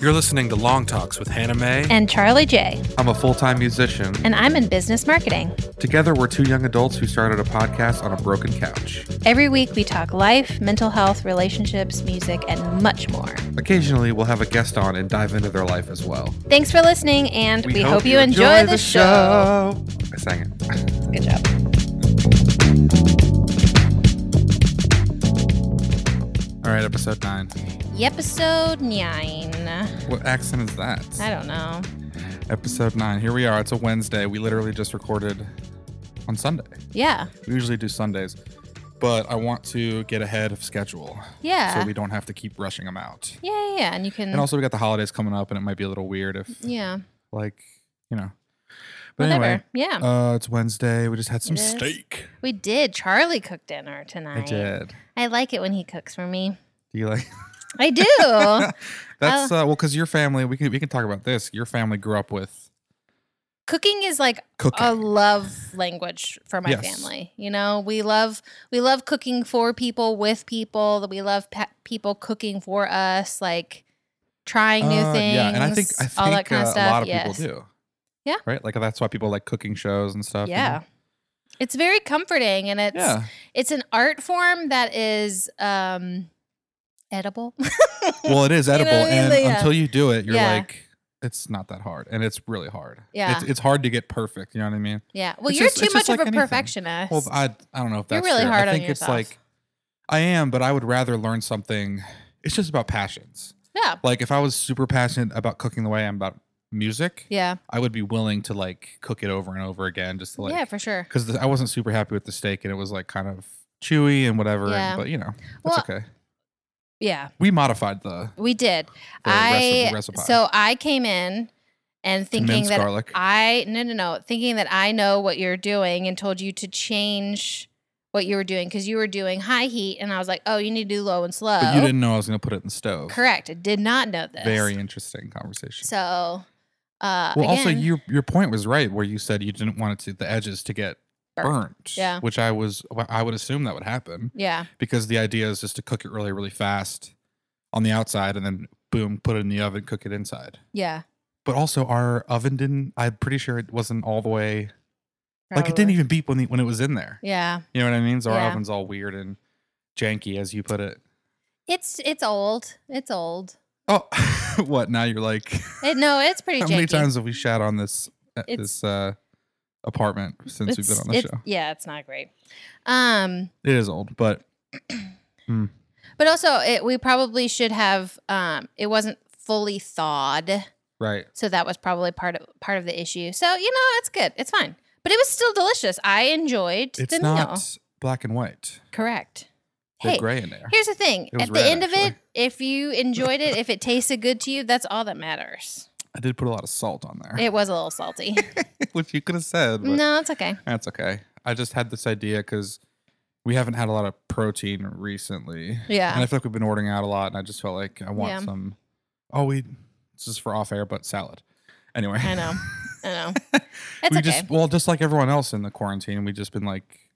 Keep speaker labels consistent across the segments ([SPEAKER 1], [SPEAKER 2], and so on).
[SPEAKER 1] You're listening to Long Talks with Hannah May.
[SPEAKER 2] And Charlie J.
[SPEAKER 3] I'm a full time musician.
[SPEAKER 2] And I'm in business marketing.
[SPEAKER 3] Together, we're two young adults who started a podcast on a broken couch.
[SPEAKER 2] Every week we talk life, mental health, relationships, music, and much more.
[SPEAKER 3] Occasionally, we'll have a guest on and dive into their life as well.
[SPEAKER 2] Thanks for listening, and we, hope, you enjoy, the, show.
[SPEAKER 3] I sang it.
[SPEAKER 2] Good job.
[SPEAKER 3] All right, episode nine.
[SPEAKER 2] Episode 9.
[SPEAKER 3] What accent is that?
[SPEAKER 2] I don't know.
[SPEAKER 3] Episode nine. Here we are. It's a Wednesday. We literally just recorded on Sunday.
[SPEAKER 2] Yeah.
[SPEAKER 3] We usually do Sundays, but I want to get ahead of schedule
[SPEAKER 2] Yeah.
[SPEAKER 3] so we don't have to keep rushing them out.
[SPEAKER 2] yeah, yeah, yeah. And you can.
[SPEAKER 3] And also, we got the holidays coming up, and it might be a little weird if,
[SPEAKER 2] yeah.
[SPEAKER 3] like, you know. But
[SPEAKER 2] Whatever.
[SPEAKER 3] anyway,
[SPEAKER 2] yeah.
[SPEAKER 3] uh, it's Wednesday. We just had some
[SPEAKER 2] It is.
[SPEAKER 3] steak.
[SPEAKER 2] we did. Charlie cooked dinner tonight.
[SPEAKER 3] I did.
[SPEAKER 2] I like it when he cooks for me.
[SPEAKER 3] Do you like?
[SPEAKER 2] I do. Oh.
[SPEAKER 3] That's uh, well, because your family. We can we can talk about this. Your family grew up with
[SPEAKER 2] Cooking is like
[SPEAKER 3] cooking.
[SPEAKER 2] a love language for my
[SPEAKER 3] Yes.
[SPEAKER 2] family. You know, we love we love cooking for people with people. That we love pe- people cooking for us, like trying new
[SPEAKER 3] Uh,
[SPEAKER 2] things.
[SPEAKER 3] Yeah, and I think I think
[SPEAKER 2] all that kind
[SPEAKER 3] uh,
[SPEAKER 2] of stuff.
[SPEAKER 3] a lot of
[SPEAKER 2] yes.
[SPEAKER 3] people do.
[SPEAKER 2] Yeah.
[SPEAKER 3] Right. Like that's why people like cooking shows and stuff. you know?
[SPEAKER 2] Yeah. It's very comforting and it's
[SPEAKER 3] Yeah.
[SPEAKER 2] it's an art form that is um edible.
[SPEAKER 3] Well, it is
[SPEAKER 2] You know
[SPEAKER 3] edible,
[SPEAKER 2] what I mean?
[SPEAKER 3] and
[SPEAKER 2] Like, yeah.
[SPEAKER 3] until you do it, you're
[SPEAKER 2] Yeah.
[SPEAKER 3] like, it's not that hard, and it's really hard.
[SPEAKER 2] Yeah.
[SPEAKER 3] It's, it's hard to get perfect. You know what I mean?
[SPEAKER 2] yeah. Well,
[SPEAKER 3] It's
[SPEAKER 2] you're
[SPEAKER 3] just-
[SPEAKER 2] too
[SPEAKER 3] it's
[SPEAKER 2] much
[SPEAKER 3] just
[SPEAKER 2] of
[SPEAKER 3] like
[SPEAKER 2] a
[SPEAKER 3] anything.
[SPEAKER 2] perfectionist.
[SPEAKER 3] Well, I I don't know if that's
[SPEAKER 2] You're really
[SPEAKER 3] true.
[SPEAKER 2] hard
[SPEAKER 3] I
[SPEAKER 2] on
[SPEAKER 3] think it's
[SPEAKER 2] yourself.
[SPEAKER 3] like I am, but I would rather learn something. It's just about passions.
[SPEAKER 2] yeah.
[SPEAKER 3] Like if I was super passionate about cooking the way I'm about music,
[SPEAKER 2] Yeah.
[SPEAKER 3] I would be willing to like cook it over and over again just to like
[SPEAKER 2] yeah, for sure.
[SPEAKER 3] because I wasn't super happy with the steak and it was like kind of chewy and whatever. and-
[SPEAKER 2] Yeah.
[SPEAKER 3] but you know,
[SPEAKER 2] Well,
[SPEAKER 3] that's okay.
[SPEAKER 2] Yeah.
[SPEAKER 3] We modified the,
[SPEAKER 2] We did.
[SPEAKER 3] the
[SPEAKER 2] I
[SPEAKER 3] recipe, recipe.
[SPEAKER 2] so I came in and
[SPEAKER 3] to
[SPEAKER 2] thinking
[SPEAKER 3] mince
[SPEAKER 2] that
[SPEAKER 3] garlic.
[SPEAKER 2] I no no no thinking that I know what you're doing and told you to change what you were doing because you were doing high heat and I was like, oh, you need to do low and slow.
[SPEAKER 3] but you didn't know I was going to put it in the stove.
[SPEAKER 2] Correct. I did not know this.
[SPEAKER 3] Very interesting conversation.
[SPEAKER 2] So, uh,
[SPEAKER 3] well, also
[SPEAKER 2] again,
[SPEAKER 3] your your point was right where you said you didn't want it to the edges to get
[SPEAKER 2] Burnt.
[SPEAKER 3] burnt.
[SPEAKER 2] Yeah.
[SPEAKER 3] Which I was I would assume that would happen
[SPEAKER 2] yeah,
[SPEAKER 3] because the idea is just to cook it really really fast on the outside and then boom put it in the oven cook it inside.
[SPEAKER 2] yeah,
[SPEAKER 3] But also our oven didn't. I'm pretty sure it wasn't all the way. Like it didn't
[SPEAKER 2] probably.
[SPEAKER 3] even beep when the, when it was in there.
[SPEAKER 2] Yeah,
[SPEAKER 3] You know what I mean? So
[SPEAKER 2] Yeah.
[SPEAKER 3] our oven's all weird and janky, as you put it.
[SPEAKER 2] it's it's old. It's old.
[SPEAKER 3] Oh, what? Now you're like,
[SPEAKER 2] It, no, it's pretty.
[SPEAKER 3] how many
[SPEAKER 2] janky.
[SPEAKER 3] times have we shat on this uh,
[SPEAKER 2] It's-
[SPEAKER 3] this uh, apartment since we've been
[SPEAKER 2] It's-
[SPEAKER 3] on the
[SPEAKER 2] it's-
[SPEAKER 3] show?
[SPEAKER 2] Yeah, it's not great. Um,
[SPEAKER 3] It is old, but
[SPEAKER 2] but also it, we probably should have. Um, it wasn't fully thawed,
[SPEAKER 3] right.
[SPEAKER 2] so that was probably part of part of the issue. So you know, it's good. It's fine. But it was still delicious. I enjoyed
[SPEAKER 3] It's
[SPEAKER 2] the
[SPEAKER 3] not
[SPEAKER 2] meal.
[SPEAKER 3] black and white.
[SPEAKER 2] Correct.
[SPEAKER 3] They're
[SPEAKER 2] Hey,
[SPEAKER 3] gray in there.
[SPEAKER 2] Here's the thing.
[SPEAKER 3] It was
[SPEAKER 2] At the
[SPEAKER 3] red,
[SPEAKER 2] end of it,
[SPEAKER 3] actually.
[SPEAKER 2] if you enjoyed it, if it tasted good to you, that's all that matters.
[SPEAKER 3] I did put a lot of salt on there,
[SPEAKER 2] It was a little salty.
[SPEAKER 3] which you could have said. But
[SPEAKER 2] no, it's okay.
[SPEAKER 3] That's okay. I just had this idea because we haven't had a lot of protein recently. And
[SPEAKER 2] Yeah.
[SPEAKER 3] I feel like we've been ordering out a lot, and I just felt like I want
[SPEAKER 2] Yeah.
[SPEAKER 3] some. Oh, we this is for off air, but salad. Anyway,
[SPEAKER 2] I know. I know. It's
[SPEAKER 3] we
[SPEAKER 2] okay.
[SPEAKER 3] just well, just like everyone else in the quarantine, we just been like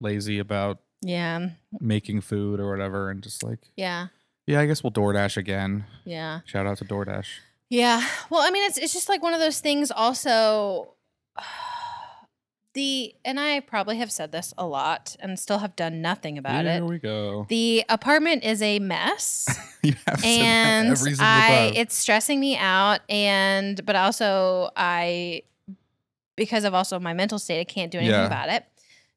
[SPEAKER 3] lazy about
[SPEAKER 2] yeah.
[SPEAKER 3] making food or whatever, and just like
[SPEAKER 2] Yeah.
[SPEAKER 3] yeah, I guess we'll DoorDash again.
[SPEAKER 2] Yeah.
[SPEAKER 3] Shout out to DoorDash.
[SPEAKER 2] Yeah. Well, I mean, it's it's just like one of those things also the and I probably have said this a lot and still have done nothing about
[SPEAKER 3] Here
[SPEAKER 2] it.
[SPEAKER 3] we go.
[SPEAKER 2] The apartment is a mess.
[SPEAKER 3] you have said that
[SPEAKER 2] and
[SPEAKER 3] every single
[SPEAKER 2] I
[SPEAKER 3] time.
[SPEAKER 2] it's stressing me out and but also I because of also my mental state I can't do anything
[SPEAKER 3] Yeah.
[SPEAKER 2] about it.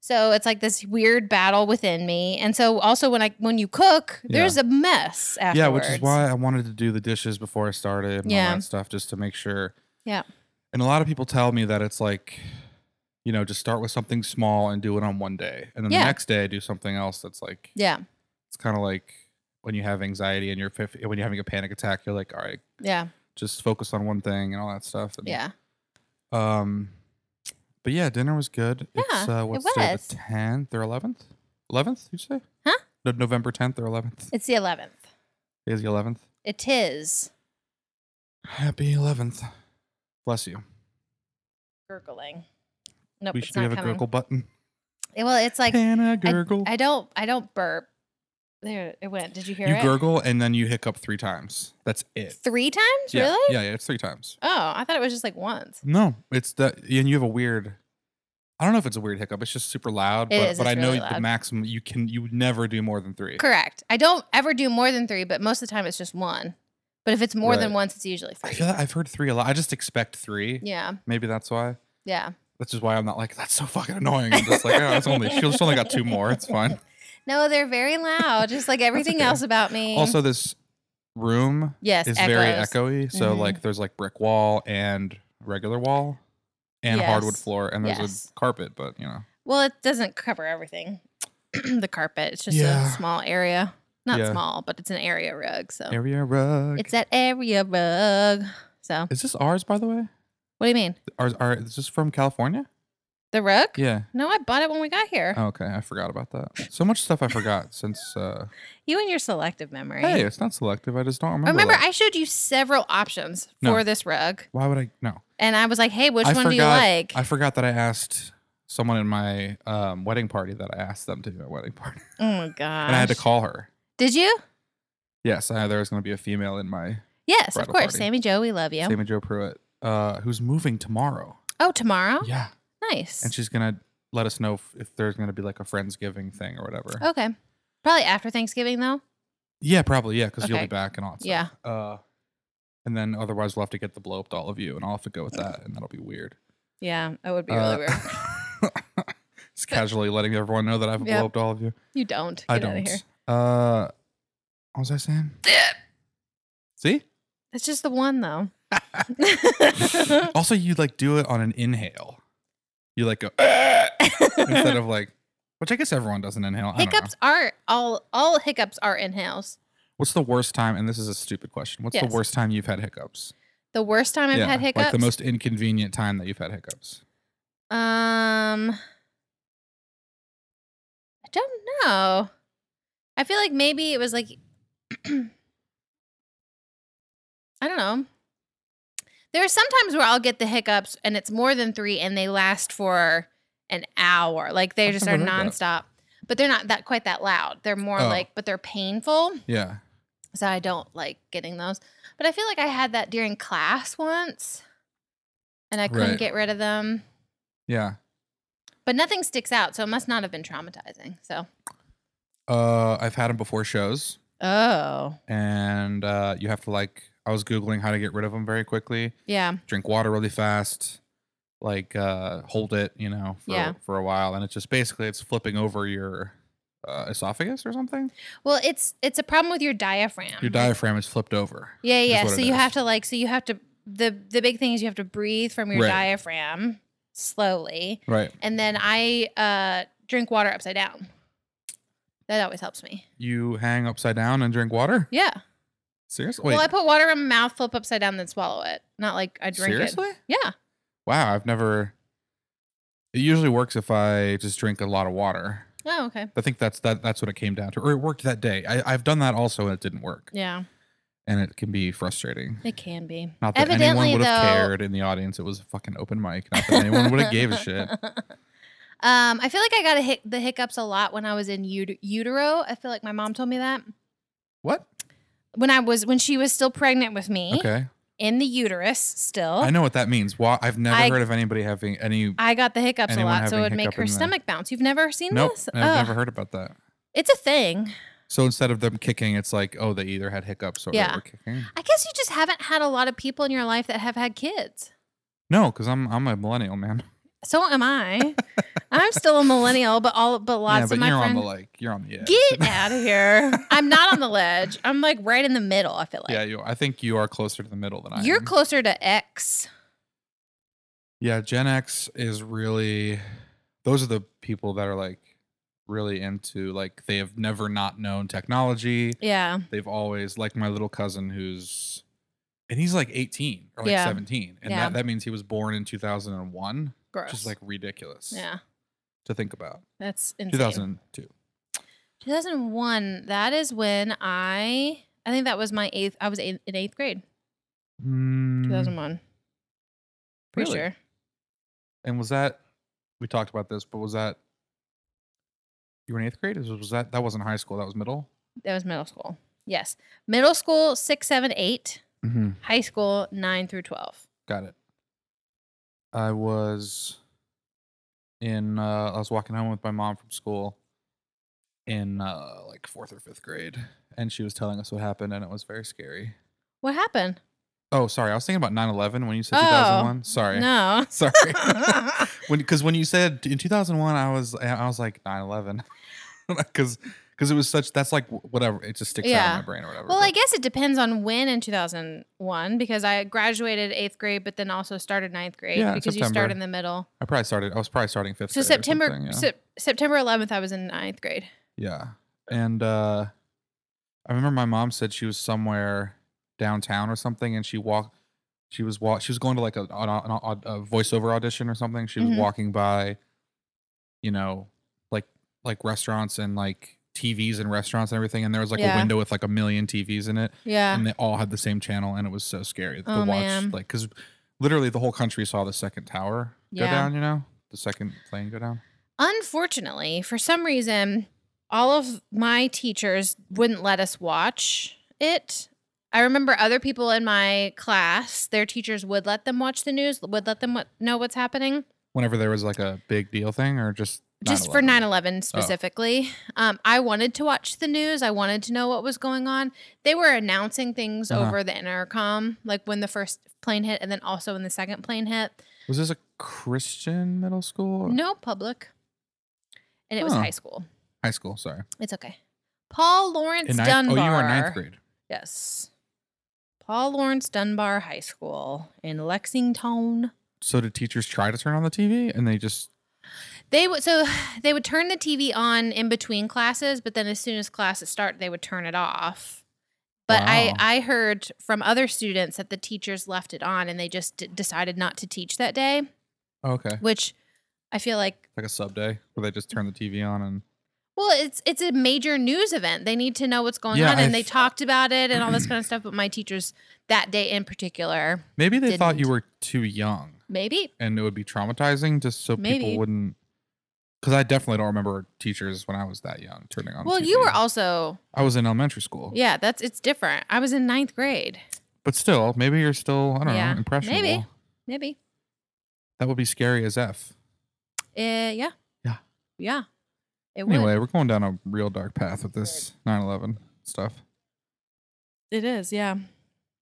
[SPEAKER 2] So it's like this weird battle within me. And so also when I when you cook,
[SPEAKER 3] Yeah.
[SPEAKER 2] there's a mess afterwards.
[SPEAKER 3] yeah, which is why I wanted to do the dishes before I started and
[SPEAKER 2] Yeah.
[SPEAKER 3] all that stuff just to make sure.
[SPEAKER 2] Yeah.
[SPEAKER 3] And a lot of people tell me that it's like, you know, just start with something small and do it on one day. And then
[SPEAKER 2] Yeah.
[SPEAKER 3] the next day do something else that's like
[SPEAKER 2] Yeah.
[SPEAKER 3] it's kind of like when you have anxiety and you're fif- when you're having a panic attack, you're like, all right,
[SPEAKER 2] Yeah.
[SPEAKER 3] just focus on one thing and all that stuff. And,
[SPEAKER 2] Yeah.
[SPEAKER 3] Um but yeah, dinner was good. it's
[SPEAKER 2] Yeah,
[SPEAKER 3] uh
[SPEAKER 2] it
[SPEAKER 3] what's today,
[SPEAKER 2] was.
[SPEAKER 3] the tenth or eleventh? Eleventh, you say?
[SPEAKER 2] Huh?
[SPEAKER 3] No, November tenth or eleventh.
[SPEAKER 2] It's the 11th.
[SPEAKER 3] Is the eleventh.
[SPEAKER 2] It is
[SPEAKER 3] Happy 11th. Bless you.
[SPEAKER 2] gurgling. Nope,
[SPEAKER 3] we
[SPEAKER 2] it's
[SPEAKER 3] should we
[SPEAKER 2] not
[SPEAKER 3] have a
[SPEAKER 2] coming.
[SPEAKER 3] gurgle button.
[SPEAKER 2] Eh, Well, it's like
[SPEAKER 3] and a gurgle.
[SPEAKER 2] I don't I don't burp. There it went. Did you hear
[SPEAKER 3] You
[SPEAKER 2] it?
[SPEAKER 3] gurgle and then you hiccup three times. That's it.
[SPEAKER 2] Three times?
[SPEAKER 3] Yeah.
[SPEAKER 2] Really?
[SPEAKER 3] Yeah, yeah, it's three times.
[SPEAKER 2] Oh, I thought it was just like once.
[SPEAKER 3] No, it's that, and you have a weird. I don't know if it's a weird hiccup. It's just super loud.
[SPEAKER 2] It
[SPEAKER 3] but
[SPEAKER 2] is,
[SPEAKER 3] but
[SPEAKER 2] it's
[SPEAKER 3] I know
[SPEAKER 2] really
[SPEAKER 3] the
[SPEAKER 2] loud.
[SPEAKER 3] maximum you can. You would never do more than three.
[SPEAKER 2] Correct. I don't ever do more than three, but most of the time it's just one. But if it's more than
[SPEAKER 3] Right.
[SPEAKER 2] once, it's usually
[SPEAKER 3] I
[SPEAKER 2] three.
[SPEAKER 3] feel that I've heard three a lot. I just expect three.
[SPEAKER 2] yeah.
[SPEAKER 3] Maybe that's why.
[SPEAKER 2] Yeah.
[SPEAKER 3] That's just why I'm not like that's so fucking annoying. I'm just like oh, it's only she just only got two more. It's fine.
[SPEAKER 2] No, they're very loud, just like everything
[SPEAKER 3] okay.
[SPEAKER 2] else about me.
[SPEAKER 3] Also, this room
[SPEAKER 2] yes,
[SPEAKER 3] is
[SPEAKER 2] echoes.
[SPEAKER 3] very echoey. So
[SPEAKER 2] Mhm.
[SPEAKER 3] like there's like brick wall and regular wall and hardwood
[SPEAKER 2] Yes.
[SPEAKER 3] floor and there's
[SPEAKER 2] Yes.
[SPEAKER 3] a carpet, but you know.
[SPEAKER 2] Well, it doesn't cover everything. the carpet. It's just
[SPEAKER 3] Yeah.
[SPEAKER 2] a small area. Not
[SPEAKER 3] Yeah.
[SPEAKER 2] small, but it's an area rug. So
[SPEAKER 3] Area rug.
[SPEAKER 2] Oh. it's that area rug. So
[SPEAKER 3] is this ours by the way?
[SPEAKER 2] what do you mean?
[SPEAKER 3] Ours are is this from California?
[SPEAKER 2] The rug?
[SPEAKER 3] Yeah.
[SPEAKER 2] No, I bought it when we got here.
[SPEAKER 3] Oh, okay, I forgot about that. So much stuff I forgot since uh
[SPEAKER 2] You and your selective memory.
[SPEAKER 3] Hey, it's not selective. I just don't remember.
[SPEAKER 2] Remember,
[SPEAKER 3] that.
[SPEAKER 2] I showed you several options
[SPEAKER 3] No.
[SPEAKER 2] for this rug,
[SPEAKER 3] Why would I no.
[SPEAKER 2] and I was like, "Hey, which
[SPEAKER 3] I
[SPEAKER 2] one do you
[SPEAKER 3] forgot-
[SPEAKER 2] like?"
[SPEAKER 3] I forgot that I asked someone in my um, wedding party that I asked them to do a wedding party.
[SPEAKER 2] oh my god!
[SPEAKER 3] And I had to call her.
[SPEAKER 2] Did you?
[SPEAKER 3] Yes, I, there was going to be a female in my
[SPEAKER 2] Yes, of
[SPEAKER 3] Bridal
[SPEAKER 2] course.
[SPEAKER 3] party.
[SPEAKER 2] Sammy Joe, we love you.
[SPEAKER 3] Sammy Joe Pruitt, uh, who's moving tomorrow.
[SPEAKER 2] Oh, tomorrow?
[SPEAKER 3] Yeah.
[SPEAKER 2] Nice.
[SPEAKER 3] And she's going to let us know if, if there's going to be like a Friendsgiving thing or whatever.
[SPEAKER 2] okay. Probably after Thanksgiving though.
[SPEAKER 3] Yeah, probably. Yeah, because you'll
[SPEAKER 2] Okay.
[SPEAKER 3] be back and all that
[SPEAKER 2] Yeah.
[SPEAKER 3] stuff. Uh, and then otherwise, we'll have to get the blow up to all of you, and I'll have to go with that, and that'll be weird.
[SPEAKER 2] Yeah, it would be
[SPEAKER 3] Uh,
[SPEAKER 2] really weird.
[SPEAKER 3] Just casually letting everyone know that I've
[SPEAKER 2] Yep.
[SPEAKER 3] blow up to all of you.
[SPEAKER 2] You don't. Get
[SPEAKER 3] I
[SPEAKER 2] Out of
[SPEAKER 3] don't.
[SPEAKER 2] here.
[SPEAKER 3] Uh, what was I saying? See?
[SPEAKER 2] It's just the one though.
[SPEAKER 3] also, you like do it on an inhale. You like go "Ah," instead of like, which I guess everyone does an inhale. I don't know.
[SPEAKER 2] hiccups are all. All hiccups are inhales.
[SPEAKER 3] What's the worst time? And this is a stupid question. What's
[SPEAKER 2] Yes.
[SPEAKER 3] the worst time you've had hiccups?
[SPEAKER 2] The worst time I've had hiccups.
[SPEAKER 3] Like the most inconvenient time that you've had hiccups.
[SPEAKER 2] Um, I don't know. I feel like maybe it was like, I don't know. There are sometimes where I'll get the hiccups and it's more than three and they last for an hour. Like they
[SPEAKER 3] I've
[SPEAKER 2] just are
[SPEAKER 3] never heard that.
[SPEAKER 2] nonstop, but they're not that quite that loud. They're more
[SPEAKER 3] Oh.
[SPEAKER 2] like, but they're painful.
[SPEAKER 3] Yeah.
[SPEAKER 2] So I don't like getting those. But I feel like I had that during class once and I couldn't
[SPEAKER 3] Right.
[SPEAKER 2] get rid of them.
[SPEAKER 3] Yeah.
[SPEAKER 2] But nothing sticks out, so it must not have been traumatizing. So,
[SPEAKER 3] Uh, I've had them before shows,
[SPEAKER 2] oh
[SPEAKER 3] and uh, you have to like. I was googling how to get rid of them very quickly.
[SPEAKER 2] yeah,
[SPEAKER 3] drink water really fast like uh hold it you know for,
[SPEAKER 2] Yeah.
[SPEAKER 3] for a while and it's just basically it's flipping over your uh, esophagus or something
[SPEAKER 2] well, it's it's a problem with your diaphragm.
[SPEAKER 3] your
[SPEAKER 2] Like-
[SPEAKER 3] diaphragm is flipped over
[SPEAKER 2] Yeah,
[SPEAKER 3] is
[SPEAKER 2] yeah.
[SPEAKER 3] what
[SPEAKER 2] So
[SPEAKER 3] it
[SPEAKER 2] you
[SPEAKER 3] is.
[SPEAKER 2] have to like, so you have to the the big thing is you have to breathe from your
[SPEAKER 3] Right.
[SPEAKER 2] diaphragm slowly,
[SPEAKER 3] right
[SPEAKER 2] and then I uh drink water upside down. That always helps me.
[SPEAKER 3] you hang upside down and drink water
[SPEAKER 2] Yeah.
[SPEAKER 3] seriously Wait,
[SPEAKER 2] Well, I put water in my mouth, flip upside down, then swallow it. Not like I drink
[SPEAKER 3] seriously
[SPEAKER 2] it. Yeah.
[SPEAKER 3] wow i've never it usually works if i just drink a lot of water
[SPEAKER 2] Oh, okay.
[SPEAKER 3] i think that's that that's what it came down to or it worked that day I, i've done that also and it didn't work
[SPEAKER 2] Yeah,
[SPEAKER 3] and it can be frustrating
[SPEAKER 2] it can be.
[SPEAKER 3] Not that
[SPEAKER 2] Evidently,
[SPEAKER 3] anyone would have
[SPEAKER 2] though-
[SPEAKER 3] cared in the audience. It was a fucking open mic. Not that anyone would have gave a shit.
[SPEAKER 2] Um, I feel like I got a hic- the hiccups a lot when I was in ut- utero. I feel like my mom told me that
[SPEAKER 3] What?
[SPEAKER 2] when I was when she was still pregnant with me
[SPEAKER 3] Okay.
[SPEAKER 2] in the uterus. Still,
[SPEAKER 3] I know what that means. Why I've never
[SPEAKER 2] I-
[SPEAKER 3] heard of anybody having any.
[SPEAKER 2] I got the hiccups a
[SPEAKER 3] Anyone
[SPEAKER 2] lot, so it
[SPEAKER 3] having
[SPEAKER 2] would make
[SPEAKER 3] hiccup
[SPEAKER 2] her
[SPEAKER 3] in the-
[SPEAKER 2] stomach bounce. You've never seen
[SPEAKER 3] nope.
[SPEAKER 2] this?
[SPEAKER 3] I've
[SPEAKER 2] Ugh.
[SPEAKER 3] never heard about that.
[SPEAKER 2] It's a thing.
[SPEAKER 3] So instead of them kicking, it's like, oh, they either had hiccups or
[SPEAKER 2] Yeah.
[SPEAKER 3] they were kicking.
[SPEAKER 2] I guess you just haven't had a lot of people in your life that have had kids.
[SPEAKER 3] No, because I'm I'm a millennial man.
[SPEAKER 2] So am I. I'm still a millennial, but all but lots
[SPEAKER 3] yeah, but
[SPEAKER 2] of my
[SPEAKER 3] you're
[SPEAKER 2] friends.
[SPEAKER 3] on the like you're on the edge.
[SPEAKER 2] Get out of here! I'm not on the ledge. I'm like right in the middle. I feel like
[SPEAKER 3] yeah, you, I think you are closer to the middle than I
[SPEAKER 2] you're
[SPEAKER 3] am.
[SPEAKER 2] closer to X.
[SPEAKER 3] yeah, Gen X is really. Those are the people that are like really into like they have never not known technology.
[SPEAKER 2] Yeah.
[SPEAKER 3] they've always like my little cousin who's and he's like 18 or like
[SPEAKER 2] Yeah.
[SPEAKER 3] 17 and
[SPEAKER 2] Yeah.
[SPEAKER 3] that, that means he was born in 2001
[SPEAKER 2] Gross.
[SPEAKER 3] which is like ridiculous
[SPEAKER 2] yeah,
[SPEAKER 3] to think about
[SPEAKER 2] that's insane.
[SPEAKER 3] 2002
[SPEAKER 2] 2001. That is when I I think that was my eighth. I was eighth, in eighth grade.
[SPEAKER 3] Mm-hmm. Mm,
[SPEAKER 2] 2001. Pretty
[SPEAKER 3] Really?
[SPEAKER 2] sure.
[SPEAKER 3] and was that we talked about this but was that you were in eighth grade Or was that that wasn't high school that was middle
[SPEAKER 2] That was middle school. Yes. Middle school, six, seven, eight.
[SPEAKER 3] Mm-hmm.
[SPEAKER 2] High school, nine through 12.
[SPEAKER 3] Got it. I was in. Uh, I was walking home with my mom from school in uh, like fourth or fifth grade, and she was telling us what happened, and it was very scary.
[SPEAKER 2] What happened?
[SPEAKER 3] Oh, sorry. I was thinking about 9-11 when you said
[SPEAKER 2] Oh,
[SPEAKER 3] 2001. Sorry.
[SPEAKER 2] No.
[SPEAKER 3] Sorry. when because when you said in 2001 i was i was like 9-11 because because it was such that's like whatever it just sticks out
[SPEAKER 2] Yeah.
[SPEAKER 3] in my brain or whatever
[SPEAKER 2] well,
[SPEAKER 3] but-
[SPEAKER 2] I guess it depends on when in 2001 because I graduated eighth grade, but then also started ninth grade
[SPEAKER 3] Yeah, in
[SPEAKER 2] because you start
[SPEAKER 3] September.
[SPEAKER 2] in the middle.
[SPEAKER 3] i probably started i was probably starting fifth
[SPEAKER 2] So
[SPEAKER 3] grade or
[SPEAKER 2] September
[SPEAKER 3] something, yeah.
[SPEAKER 2] Sep- September 11th, I was in ninth grade.
[SPEAKER 3] yeah and uh i remember my mom said she was somewhere downtown or something and she walked she was walk she was going to like a, an au- a voiceover audition or something she was
[SPEAKER 2] Mhm.
[SPEAKER 3] walking by you know like like restaurants and like tvs and restaurants and everything and there was like a
[SPEAKER 2] Yeah.
[SPEAKER 3] window with like a million tvs in it
[SPEAKER 2] Yeah.
[SPEAKER 3] and they all had the same channel and it was so scary to
[SPEAKER 2] Oh,
[SPEAKER 3] watch
[SPEAKER 2] man.
[SPEAKER 3] like because literally the whole country saw the second tower go
[SPEAKER 2] Yeah.
[SPEAKER 3] down you know the second plane go down
[SPEAKER 2] Unfortunately, for some reason, all of my teachers wouldn't let us watch it. I remember other people in my class, their teachers would let them watch the news, would let them what, know what's happening.
[SPEAKER 3] whenever there was like a big deal thing or just
[SPEAKER 2] Just for 9
[SPEAKER 3] Oh.
[SPEAKER 2] 11 specifically. Um, I wanted to watch the news. I wanted to know what was going on. They were announcing things
[SPEAKER 3] Uh-huh.
[SPEAKER 2] over the intercom, like when the first plane hit and then also when the second plane hit.
[SPEAKER 3] was this a christian middle school or
[SPEAKER 2] No public. And it was
[SPEAKER 3] Huh.
[SPEAKER 2] high school.
[SPEAKER 3] high school sorry
[SPEAKER 2] It's okay. Paul Lawrence
[SPEAKER 3] In ninth-
[SPEAKER 2] Dunbar.
[SPEAKER 3] oh you were in ninth grade
[SPEAKER 2] Yes. Paul Lawrence Dunbar High School in Lexington.
[SPEAKER 3] so did teachers try to turn on the tv and they just
[SPEAKER 2] They would so they would turn the TV on in between classes, but then as soon as classes start, they would turn it off. But
[SPEAKER 3] Wow.
[SPEAKER 2] I I heard from other students that the teachers left it on and they just d- decided not to teach that day,
[SPEAKER 3] oh, okay
[SPEAKER 2] which I feel like
[SPEAKER 3] like a sub day where they just turn the tv on and
[SPEAKER 2] Well, it's it's a major news event. They need to know what's going
[SPEAKER 3] Yeah,
[SPEAKER 2] on, and
[SPEAKER 3] I
[SPEAKER 2] they
[SPEAKER 3] th-
[SPEAKER 2] talked about it and all this kind of stuff. But my teachers that day in particular,
[SPEAKER 3] maybe they thought you
[SPEAKER 2] Didn't.
[SPEAKER 3] were too young
[SPEAKER 2] maybe
[SPEAKER 3] and it would be traumatizing just so people
[SPEAKER 2] Maybe.
[SPEAKER 3] wouldn't because i definitely don't remember teachers when i was that young turning on the
[SPEAKER 2] well, you
[SPEAKER 3] TV.
[SPEAKER 2] were also
[SPEAKER 3] i was in elementary school
[SPEAKER 2] yeah. That's it's different. I was in ninth grade.
[SPEAKER 3] but still maybe you're still i don't
[SPEAKER 2] Yeah,
[SPEAKER 3] know
[SPEAKER 2] maybe.
[SPEAKER 3] impressionable
[SPEAKER 2] Maybe.
[SPEAKER 3] that would be scary as f
[SPEAKER 2] Uh, yeah.
[SPEAKER 3] Yeah.
[SPEAKER 2] Yeah. It would.
[SPEAKER 3] anyway we're going down a real dark path with this 9-11 stuff
[SPEAKER 2] It is. Yeah.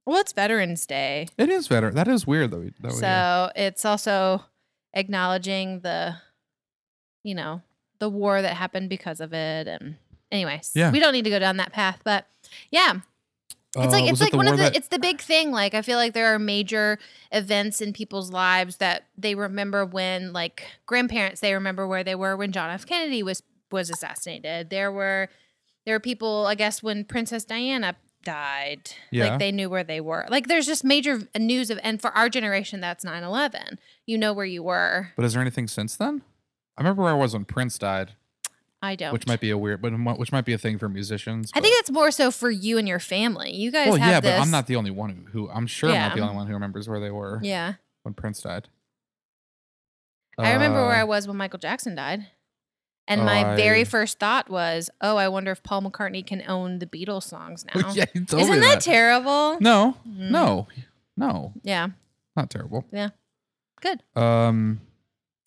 [SPEAKER 2] Well, it's Veterans Day,
[SPEAKER 3] it is better that is weird though that we,
[SPEAKER 2] so it's also acknowledging the, you know, the war that happened because of it. And anyways,
[SPEAKER 3] Yeah.
[SPEAKER 2] we don't need to go down that path, but yeah. It's
[SPEAKER 3] Uh, Oh,
[SPEAKER 2] like it's like one of the it's the big thing. Like I feel like there are major events in people's lives that they remember when like grandparents they remember where they were when John F. Kennedy was was assassinated. There were there were people I guess when Princess Diana died.
[SPEAKER 3] Yeah.
[SPEAKER 2] Like they knew where they were. Like there's just major news of and for our generation that's 9/11. You know where you were.
[SPEAKER 3] but is there anything since then i remember where i was when prince died
[SPEAKER 2] I don't.
[SPEAKER 3] which might be a weird but which might be a thing for musicians
[SPEAKER 2] I
[SPEAKER 3] but-
[SPEAKER 2] think that's more so for you and your family. You guys
[SPEAKER 3] well
[SPEAKER 2] have
[SPEAKER 3] yeah
[SPEAKER 2] this.
[SPEAKER 3] but i'm not the only one who, who i'm sure i'm not
[SPEAKER 2] Yeah.
[SPEAKER 3] the only one who remembers where they were
[SPEAKER 2] Yeah.
[SPEAKER 3] when Prince died.
[SPEAKER 2] I remember where I
[SPEAKER 3] Uh,
[SPEAKER 2] was when Michael Jackson died. And
[SPEAKER 3] oh,
[SPEAKER 2] my very
[SPEAKER 3] I-
[SPEAKER 2] first thought was, oh, I wonder if Paul McCartney can own the Beatles songs now.
[SPEAKER 3] yeah, you told me
[SPEAKER 2] Isn't that, terrible?
[SPEAKER 3] No,
[SPEAKER 2] Mm.
[SPEAKER 3] no, no,
[SPEAKER 2] Yeah.
[SPEAKER 3] not terrible.
[SPEAKER 2] Yeah. Good.
[SPEAKER 3] Um,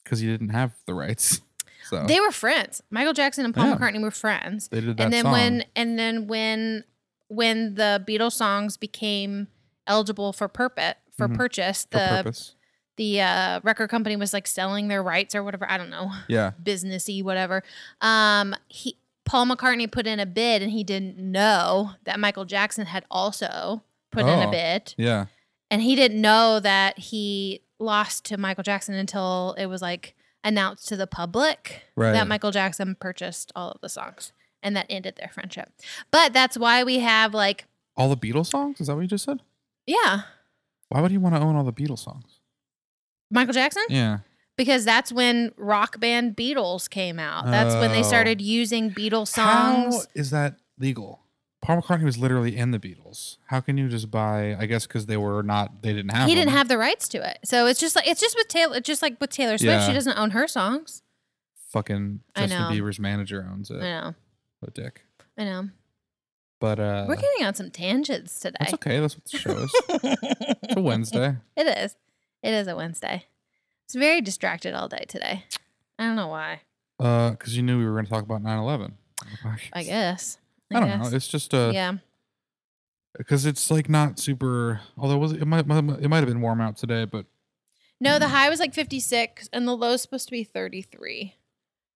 [SPEAKER 3] because you didn't have the rights, so they,
[SPEAKER 2] They were friends. Michael Jackson and Paul
[SPEAKER 3] Yeah.
[SPEAKER 2] McCartney were friends.
[SPEAKER 3] did that.
[SPEAKER 2] And then
[SPEAKER 3] song.
[SPEAKER 2] when and then when when the Beatles songs became eligible for purpose for
[SPEAKER 3] Mhm.
[SPEAKER 2] purchase,
[SPEAKER 3] for
[SPEAKER 2] the
[SPEAKER 3] purpose,
[SPEAKER 2] the uh, record company was like selling their rights or whatever. I don't know.
[SPEAKER 3] yeah,
[SPEAKER 2] businessy, whatever. Um, he Paul McCartney put in a bid, and he didn't know that Michael Jackson had also put in
[SPEAKER 3] Oh.
[SPEAKER 2] a bid,
[SPEAKER 3] yeah,
[SPEAKER 2] and he didn't know that he lost to Michael Jackson until it was like announced to the public
[SPEAKER 3] right.
[SPEAKER 2] that Michael Jackson purchased all of the songs, and that ended their friendship. But that's why we have like,
[SPEAKER 3] all the Beatles songs. Is that what you just said?
[SPEAKER 2] yeah,
[SPEAKER 3] Why would he want to own all the Beatles songs?
[SPEAKER 2] Michael Jackson.
[SPEAKER 3] Yeah,
[SPEAKER 2] Because that's when rock band Beatles came out. That's when
[SPEAKER 3] Oh.
[SPEAKER 2] they started using Beatles songs.
[SPEAKER 3] How is that legal? Paul McCartney was literally in the Beatles. How can you just buy? I guess because they were not, they didn't have.
[SPEAKER 2] he didn't
[SPEAKER 3] them.
[SPEAKER 2] have the rights to it. So it's just like it's just with Taylor. It's just like with Taylor Swift,
[SPEAKER 3] Yeah.
[SPEAKER 2] she doesn't own her songs.
[SPEAKER 3] Fucking
[SPEAKER 2] I
[SPEAKER 3] Justin
[SPEAKER 2] know.
[SPEAKER 3] Uh, Bieber's manager owns it.
[SPEAKER 2] I know,
[SPEAKER 3] What a dick.
[SPEAKER 2] I know.
[SPEAKER 3] But uh,
[SPEAKER 2] We're getting on some tangents today.
[SPEAKER 3] that's okay. That's what the show is. it's a Wednesday.
[SPEAKER 2] It is. It is a Wednesday. It's very distracted all day today. I don't know why.
[SPEAKER 3] Because Uh, you knew we were going to talk about 9 11.
[SPEAKER 2] I guess.
[SPEAKER 3] I don't know. It's just uh
[SPEAKER 2] yeah.
[SPEAKER 3] because it's like not super. Although it was it might might- it might have been warm out today, but
[SPEAKER 2] No,
[SPEAKER 3] mm.
[SPEAKER 2] the high was like 56 and the low is supposed to be 33.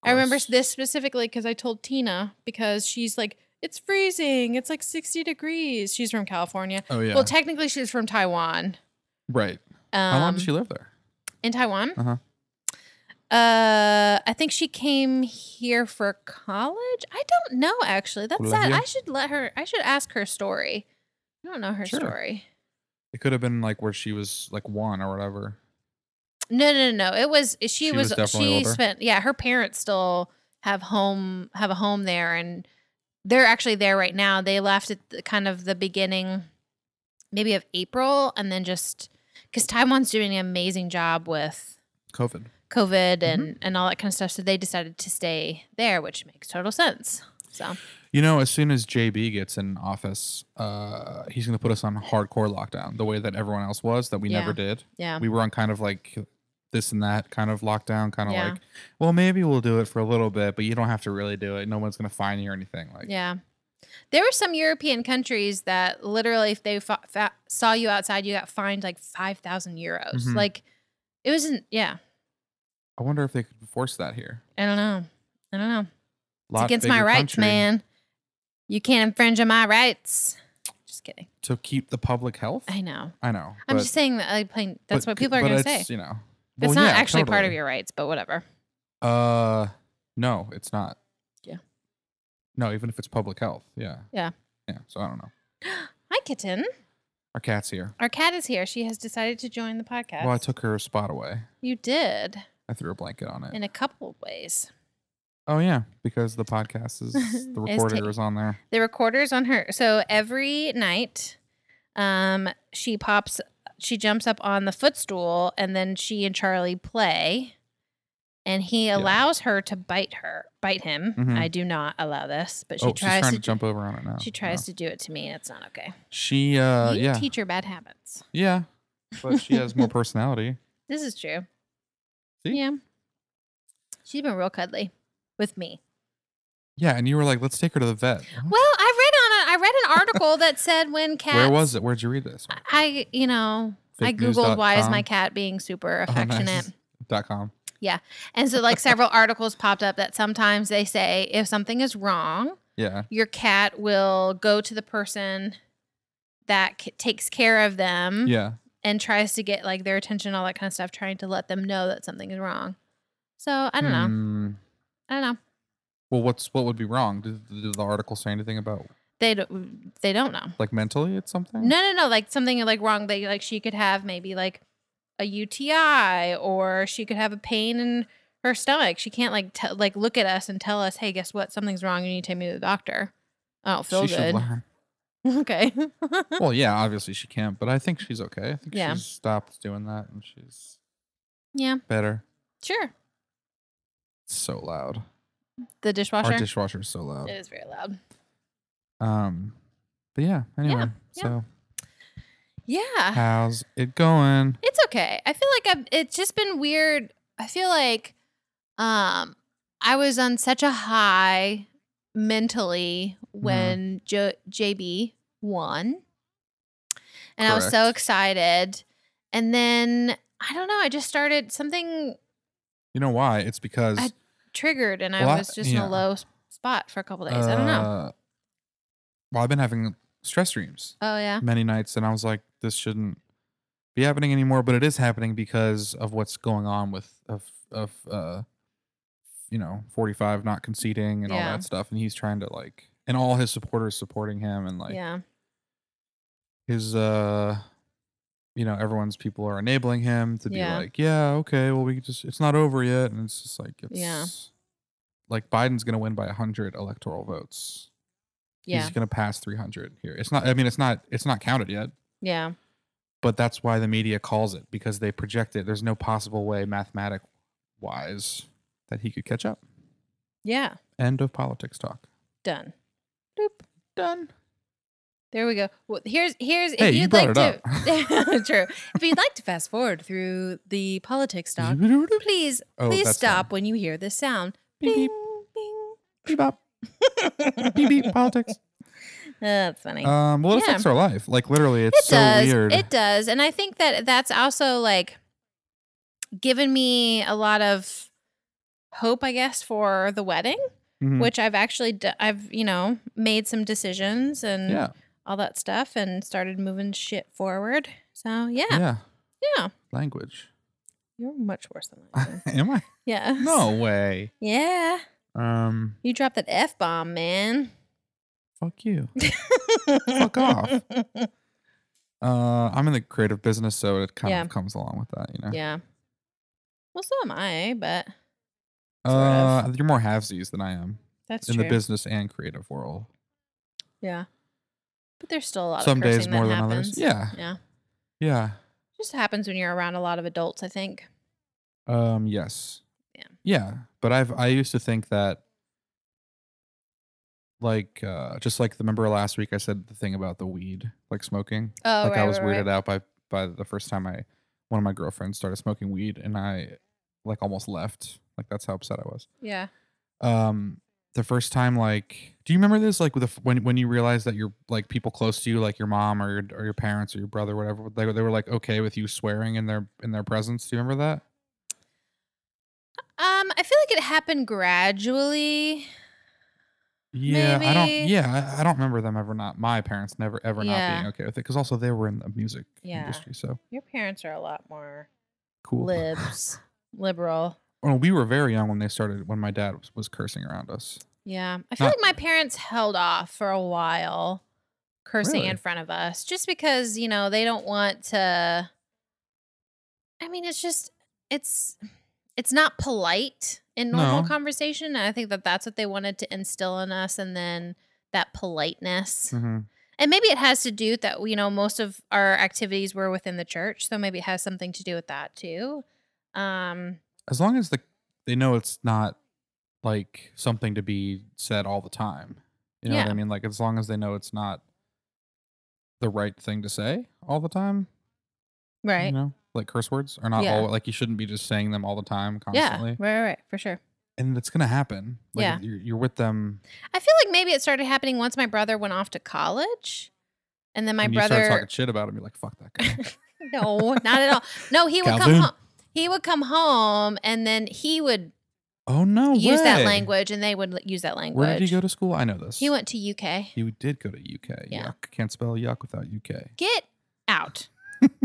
[SPEAKER 2] I remember
[SPEAKER 3] Gross.
[SPEAKER 2] this specifically because I told Tina because she's like, it's freezing. It's like 60 degrees. She's from California.
[SPEAKER 3] oh yeah,
[SPEAKER 2] Well, technically, she's from Taiwan.
[SPEAKER 3] right.
[SPEAKER 2] Um,
[SPEAKER 3] How long did she live there?
[SPEAKER 2] in Taiwan?
[SPEAKER 3] Uh-huh.
[SPEAKER 2] Uh, I think she came here for college. I don't know actually. That's sad.
[SPEAKER 3] Olivia?
[SPEAKER 2] I should let her. I should ask her story. I don't know her
[SPEAKER 3] Sure.
[SPEAKER 2] story.
[SPEAKER 3] It could have been like where she was like one or whatever.
[SPEAKER 2] No, no, no. no. It was she,
[SPEAKER 3] She was
[SPEAKER 2] was,
[SPEAKER 3] definitely
[SPEAKER 2] she
[SPEAKER 3] older.
[SPEAKER 2] spent yeah, her parents still have home have a home there and they're actually there right now. They left at the, kind of the beginning maybe of April and then just cuz Taiwan's doing an amazing job with
[SPEAKER 3] COVID.
[SPEAKER 2] COVID
[SPEAKER 3] Mm-hmm.
[SPEAKER 2] and and all that kind of stuff so they decided to stay there, which makes total sense. So,
[SPEAKER 3] You know, as soon as JB gets in office, uh, he's going to put us on hardcore lockdown, the way that everyone else was, that we never
[SPEAKER 2] Yeah.
[SPEAKER 3] did.
[SPEAKER 2] yeah.
[SPEAKER 3] We were on kind of like this and that kind of lockdown, kind of
[SPEAKER 2] Yeah.
[SPEAKER 3] like, well, maybe we'll do it for a little bit, but you don't have to really do it. No one's going to fine you or anything. Like,
[SPEAKER 2] Yeah. There were some European countries that literally, if they fa- fa- saw you outside, you got fined like 5,000 euros.
[SPEAKER 3] Mhm.
[SPEAKER 2] Like, it wasn't, yeah.
[SPEAKER 3] I wonder if they could force that here.
[SPEAKER 2] I don't know. I don't know. It's
[SPEAKER 3] Lot
[SPEAKER 2] against my
[SPEAKER 3] bigger
[SPEAKER 2] rights,
[SPEAKER 3] country.
[SPEAKER 2] man. You can't infringe on my rights. Just kidding.
[SPEAKER 3] To keep the public health.
[SPEAKER 2] I know.
[SPEAKER 3] I know.
[SPEAKER 2] I'm
[SPEAKER 3] but-
[SPEAKER 2] just saying that, like, plain, that's
[SPEAKER 3] but
[SPEAKER 2] what
[SPEAKER 3] c-
[SPEAKER 2] people are
[SPEAKER 3] but
[SPEAKER 2] going to say.
[SPEAKER 3] it's,
[SPEAKER 2] It's
[SPEAKER 3] You know, Well,
[SPEAKER 2] not
[SPEAKER 3] yeah,
[SPEAKER 2] actually part of
[SPEAKER 3] totally.
[SPEAKER 2] your rights, but whatever.
[SPEAKER 3] Uh, no, it's not.
[SPEAKER 2] Yeah.
[SPEAKER 3] No, even if it's public health. Yeah.
[SPEAKER 2] Yeah.
[SPEAKER 3] Yeah. So I don't know.
[SPEAKER 2] Hi, kitten.
[SPEAKER 3] Our cat's here.
[SPEAKER 2] Our cat is here. She has decided to join the podcast.
[SPEAKER 3] Well, I took her spot away.
[SPEAKER 2] you did
[SPEAKER 3] I threw a blanket on it.
[SPEAKER 2] in a couple of ways.
[SPEAKER 3] oh yeah, because the podcast is the
[SPEAKER 2] It's
[SPEAKER 3] recorder
[SPEAKER 2] ta-
[SPEAKER 3] is on there.
[SPEAKER 2] the recorder's on her so every night um she pops she jumps up on the footstool and then she and charlie play and he allows her to bite her bite him
[SPEAKER 3] Mhm.
[SPEAKER 2] i do not allow this but she
[SPEAKER 3] oh, she's
[SPEAKER 2] tries
[SPEAKER 3] trying
[SPEAKER 2] to,
[SPEAKER 3] to jump over on it now.
[SPEAKER 2] she tries to do it to me and it's not okay
[SPEAKER 3] She uh
[SPEAKER 2] you
[SPEAKER 3] yeah
[SPEAKER 2] teach her bad habits
[SPEAKER 3] yeah, but she has more personality.
[SPEAKER 2] this is true
[SPEAKER 3] See?
[SPEAKER 2] yeah she's been real cuddly with me
[SPEAKER 3] Yeah, and you were like, let's take her to the vet.
[SPEAKER 2] well i read on a, i read an article that said when cats
[SPEAKER 3] Mm-hmm. Where was it? Where'd you read this?
[SPEAKER 2] I, you know, I
[SPEAKER 3] Fake news
[SPEAKER 2] Googled
[SPEAKER 3] dot
[SPEAKER 2] why is
[SPEAKER 3] com?
[SPEAKER 2] my cat being super
[SPEAKER 3] Oh, nice.
[SPEAKER 2] affectionate.
[SPEAKER 3] Dot com.
[SPEAKER 2] And so, like, several articles popped up that sometimes they say if something is wrong,
[SPEAKER 3] Yeah.
[SPEAKER 2] your cat will go to the person that c- takes care of them
[SPEAKER 3] Yeah.
[SPEAKER 2] and tries to get like their attention, all that kind of stuff, trying to let them know that something is wrong. So, I don't know.
[SPEAKER 3] Hmm.
[SPEAKER 2] I don't know.
[SPEAKER 3] Well, what's what would be wrong? Did, did the article say anything about
[SPEAKER 2] They, d- they don't know.
[SPEAKER 3] like mentally? It's something.
[SPEAKER 2] No, no, no. Like something like wrong that like she could have maybe like a UTI or she could have a pain in her stomach. She can't like t- like look at us and tell us, hey, guess what? Something's wrong. You need to take me to the doctor. I don't feel
[SPEAKER 3] she should
[SPEAKER 2] good.
[SPEAKER 3] learn.
[SPEAKER 2] okay.
[SPEAKER 3] Well, yeah, obviously she can't, but I think she's okay. I think
[SPEAKER 2] Yeah.
[SPEAKER 3] she's stopped doing that and she's
[SPEAKER 2] yeah.
[SPEAKER 3] better.
[SPEAKER 2] Sure.
[SPEAKER 3] It's so loud.
[SPEAKER 2] The dishwasher.
[SPEAKER 3] Our dishwasher is so loud.
[SPEAKER 2] it is very loud.
[SPEAKER 3] Um, but yeah. Anyway,
[SPEAKER 2] yeah.
[SPEAKER 3] so
[SPEAKER 2] Yeah.
[SPEAKER 3] how's it going?
[SPEAKER 2] It's okay. I feel like I've, it's just been weird. I feel like um I was on such a high mentally
[SPEAKER 3] Mm-hmm.
[SPEAKER 2] when J- JB won. And I was so
[SPEAKER 3] Correct.
[SPEAKER 2] excited. And then I don't know, I just started something
[SPEAKER 3] You know why? It's because
[SPEAKER 2] I triggered and
[SPEAKER 3] Well, I-
[SPEAKER 2] I was just in
[SPEAKER 3] yeah.
[SPEAKER 2] a low s- spot for a couple days. I don't know.
[SPEAKER 3] uh, Well, I've been having stress dreams
[SPEAKER 2] Oh yeah.
[SPEAKER 3] many nights, and I was like, this shouldn't be happening anymore, but it is happening because of what's going on with of of uh, you know, forty five not conceding and all
[SPEAKER 2] Yeah.
[SPEAKER 3] that stuff, and he's trying to like, and all his supporters supporting him, and like,
[SPEAKER 2] yeah.
[SPEAKER 3] his uh you know everyone's people are enabling him to be
[SPEAKER 2] Yeah.
[SPEAKER 3] like yeah okay well we could just it's not over yet and it's just like it's
[SPEAKER 2] Yeah.
[SPEAKER 3] like biden's gonna win by 100 electoral votes
[SPEAKER 2] Yeah.
[SPEAKER 3] he's gonna pass 300 here it's not i mean it's not it's not counted yet
[SPEAKER 2] Yeah.
[SPEAKER 3] but that's why the media calls it because they project it there's no possible way mathematic wise that he could catch up
[SPEAKER 2] Yeah.
[SPEAKER 3] end of politics talk
[SPEAKER 2] Done. Boop.
[SPEAKER 3] done
[SPEAKER 2] There we go. Well, here's here's
[SPEAKER 3] Hey,
[SPEAKER 2] if
[SPEAKER 3] you
[SPEAKER 2] you'd
[SPEAKER 3] brought
[SPEAKER 2] like
[SPEAKER 3] it
[SPEAKER 2] to true. If you'd like to fast forward through the politics talk, please
[SPEAKER 3] Oh,
[SPEAKER 2] please
[SPEAKER 3] that's
[SPEAKER 2] stop when you hear this sound.
[SPEAKER 3] Beep, beep.
[SPEAKER 2] Bing, bing.
[SPEAKER 3] Beep, bop. beep, beep, politics.
[SPEAKER 2] That's funny.
[SPEAKER 3] Um, well, it
[SPEAKER 2] Yeah.
[SPEAKER 3] affects our life. Like literally, it's
[SPEAKER 2] it
[SPEAKER 3] so
[SPEAKER 2] does.
[SPEAKER 3] weird.
[SPEAKER 2] It does, and I think that that's also like given me a lot of hope, I guess, for the wedding,
[SPEAKER 3] Mhm.
[SPEAKER 2] which I've actually d- I've you know made some decisions and
[SPEAKER 3] yeah,
[SPEAKER 2] all that stuff and started moving shit forward. So yeah,
[SPEAKER 3] yeah,
[SPEAKER 2] yeah,
[SPEAKER 3] Language.
[SPEAKER 2] you're much worse than I am.
[SPEAKER 3] Am I?
[SPEAKER 2] yeah.
[SPEAKER 3] No way.
[SPEAKER 2] Yeah.
[SPEAKER 3] Um,
[SPEAKER 2] You dropped that F bomb, man.
[SPEAKER 3] fuck you. Fuck off. Uh, I'm in the creative business, so it kind
[SPEAKER 2] Yeah.
[SPEAKER 3] of comes along with that, you know.
[SPEAKER 2] Yeah. Well, so am I, but sort
[SPEAKER 3] Uh, you're more halvesies than I am
[SPEAKER 2] that's
[SPEAKER 3] in
[SPEAKER 2] true.
[SPEAKER 3] the business and creative world.
[SPEAKER 2] yeah. But there's still a lot
[SPEAKER 3] Some
[SPEAKER 2] of
[SPEAKER 3] days
[SPEAKER 2] cursing
[SPEAKER 3] more
[SPEAKER 2] that
[SPEAKER 3] than
[SPEAKER 2] happens.
[SPEAKER 3] others. Yeah,
[SPEAKER 2] Yeah.
[SPEAKER 3] yeah.
[SPEAKER 2] Just happens when you're around a lot of adults, I think.
[SPEAKER 3] Um, yes.
[SPEAKER 2] Yeah.
[SPEAKER 3] Yeah, but I've I used to think that like uh just like remember last week I said the thing about the weed, like smoking.
[SPEAKER 2] Oh,
[SPEAKER 3] like
[SPEAKER 2] right.
[SPEAKER 3] I was
[SPEAKER 2] right,
[SPEAKER 3] weirded
[SPEAKER 2] right.
[SPEAKER 3] out by by the first time I one of my girlfriends started smoking weed and I like almost left. Like that's how upset I was.
[SPEAKER 2] Yeah.
[SPEAKER 3] Um the first time like do you remember this like with the, f- when when you realized that your like people close to you like your mom or your, or your parents or your brother whatever they, they were like okay with you swearing in their in their presence do you remember that
[SPEAKER 2] Um, I feel like it happened gradually.
[SPEAKER 3] Yeah, I don't.
[SPEAKER 2] Maybe-
[SPEAKER 3] Yeah, I, I don't remember them ever not. My parents never ever not
[SPEAKER 2] Yeah.
[SPEAKER 3] being okay with it because also they were in the music
[SPEAKER 2] Yeah.
[SPEAKER 3] industry, so
[SPEAKER 2] Your parents are a lot more
[SPEAKER 3] cool.
[SPEAKER 2] libs, liberal.
[SPEAKER 3] Well, we were very young when they started. When my dad was, was cursing around us.
[SPEAKER 2] Yeah. I feel
[SPEAKER 3] Not-
[SPEAKER 2] like my parents held off for a while cursing
[SPEAKER 3] Really?
[SPEAKER 2] in front of us just because, you know, they don't want to I mean, it's just it's it's not polite in normal
[SPEAKER 3] No.
[SPEAKER 2] conversation. And I think that that's what they wanted to instill in us and then that politeness.
[SPEAKER 3] Mm-hmm.
[SPEAKER 2] And maybe it has to do that you know most of our activities were within the church, so maybe it has something to do with that too. Um
[SPEAKER 3] As long as the they know it's not like something to be said all the time. You know what
[SPEAKER 2] Yeah.
[SPEAKER 3] I mean? Like as long as they know it's not the right thing to say all the time.
[SPEAKER 2] right.
[SPEAKER 3] You know, like curse words are not
[SPEAKER 2] Yeah.
[SPEAKER 3] all like you shouldn't be just saying them all the time
[SPEAKER 2] yeah.
[SPEAKER 3] constantly.
[SPEAKER 2] Right, right, right, for sure.
[SPEAKER 3] And it's gonna happen. Like
[SPEAKER 2] Yeah.
[SPEAKER 3] if you're, you're with them
[SPEAKER 2] I feel like maybe it started happening once my brother went off to college. And then my
[SPEAKER 3] and you start talking
[SPEAKER 2] brother
[SPEAKER 3] shit about him, you're like, fuck that guy.
[SPEAKER 2] No, not at all. No, he would
[SPEAKER 3] Calvin.
[SPEAKER 2] come home. He would come home and then he would
[SPEAKER 3] oh no,
[SPEAKER 2] use that
[SPEAKER 3] way.
[SPEAKER 2] language and they would l- use that language.
[SPEAKER 3] Where did he go to school? I know this.
[SPEAKER 2] He went to UK.
[SPEAKER 3] He did go to UK.
[SPEAKER 2] Yeah.
[SPEAKER 3] Yuck. Can't spell yuck without UK.
[SPEAKER 2] Get out.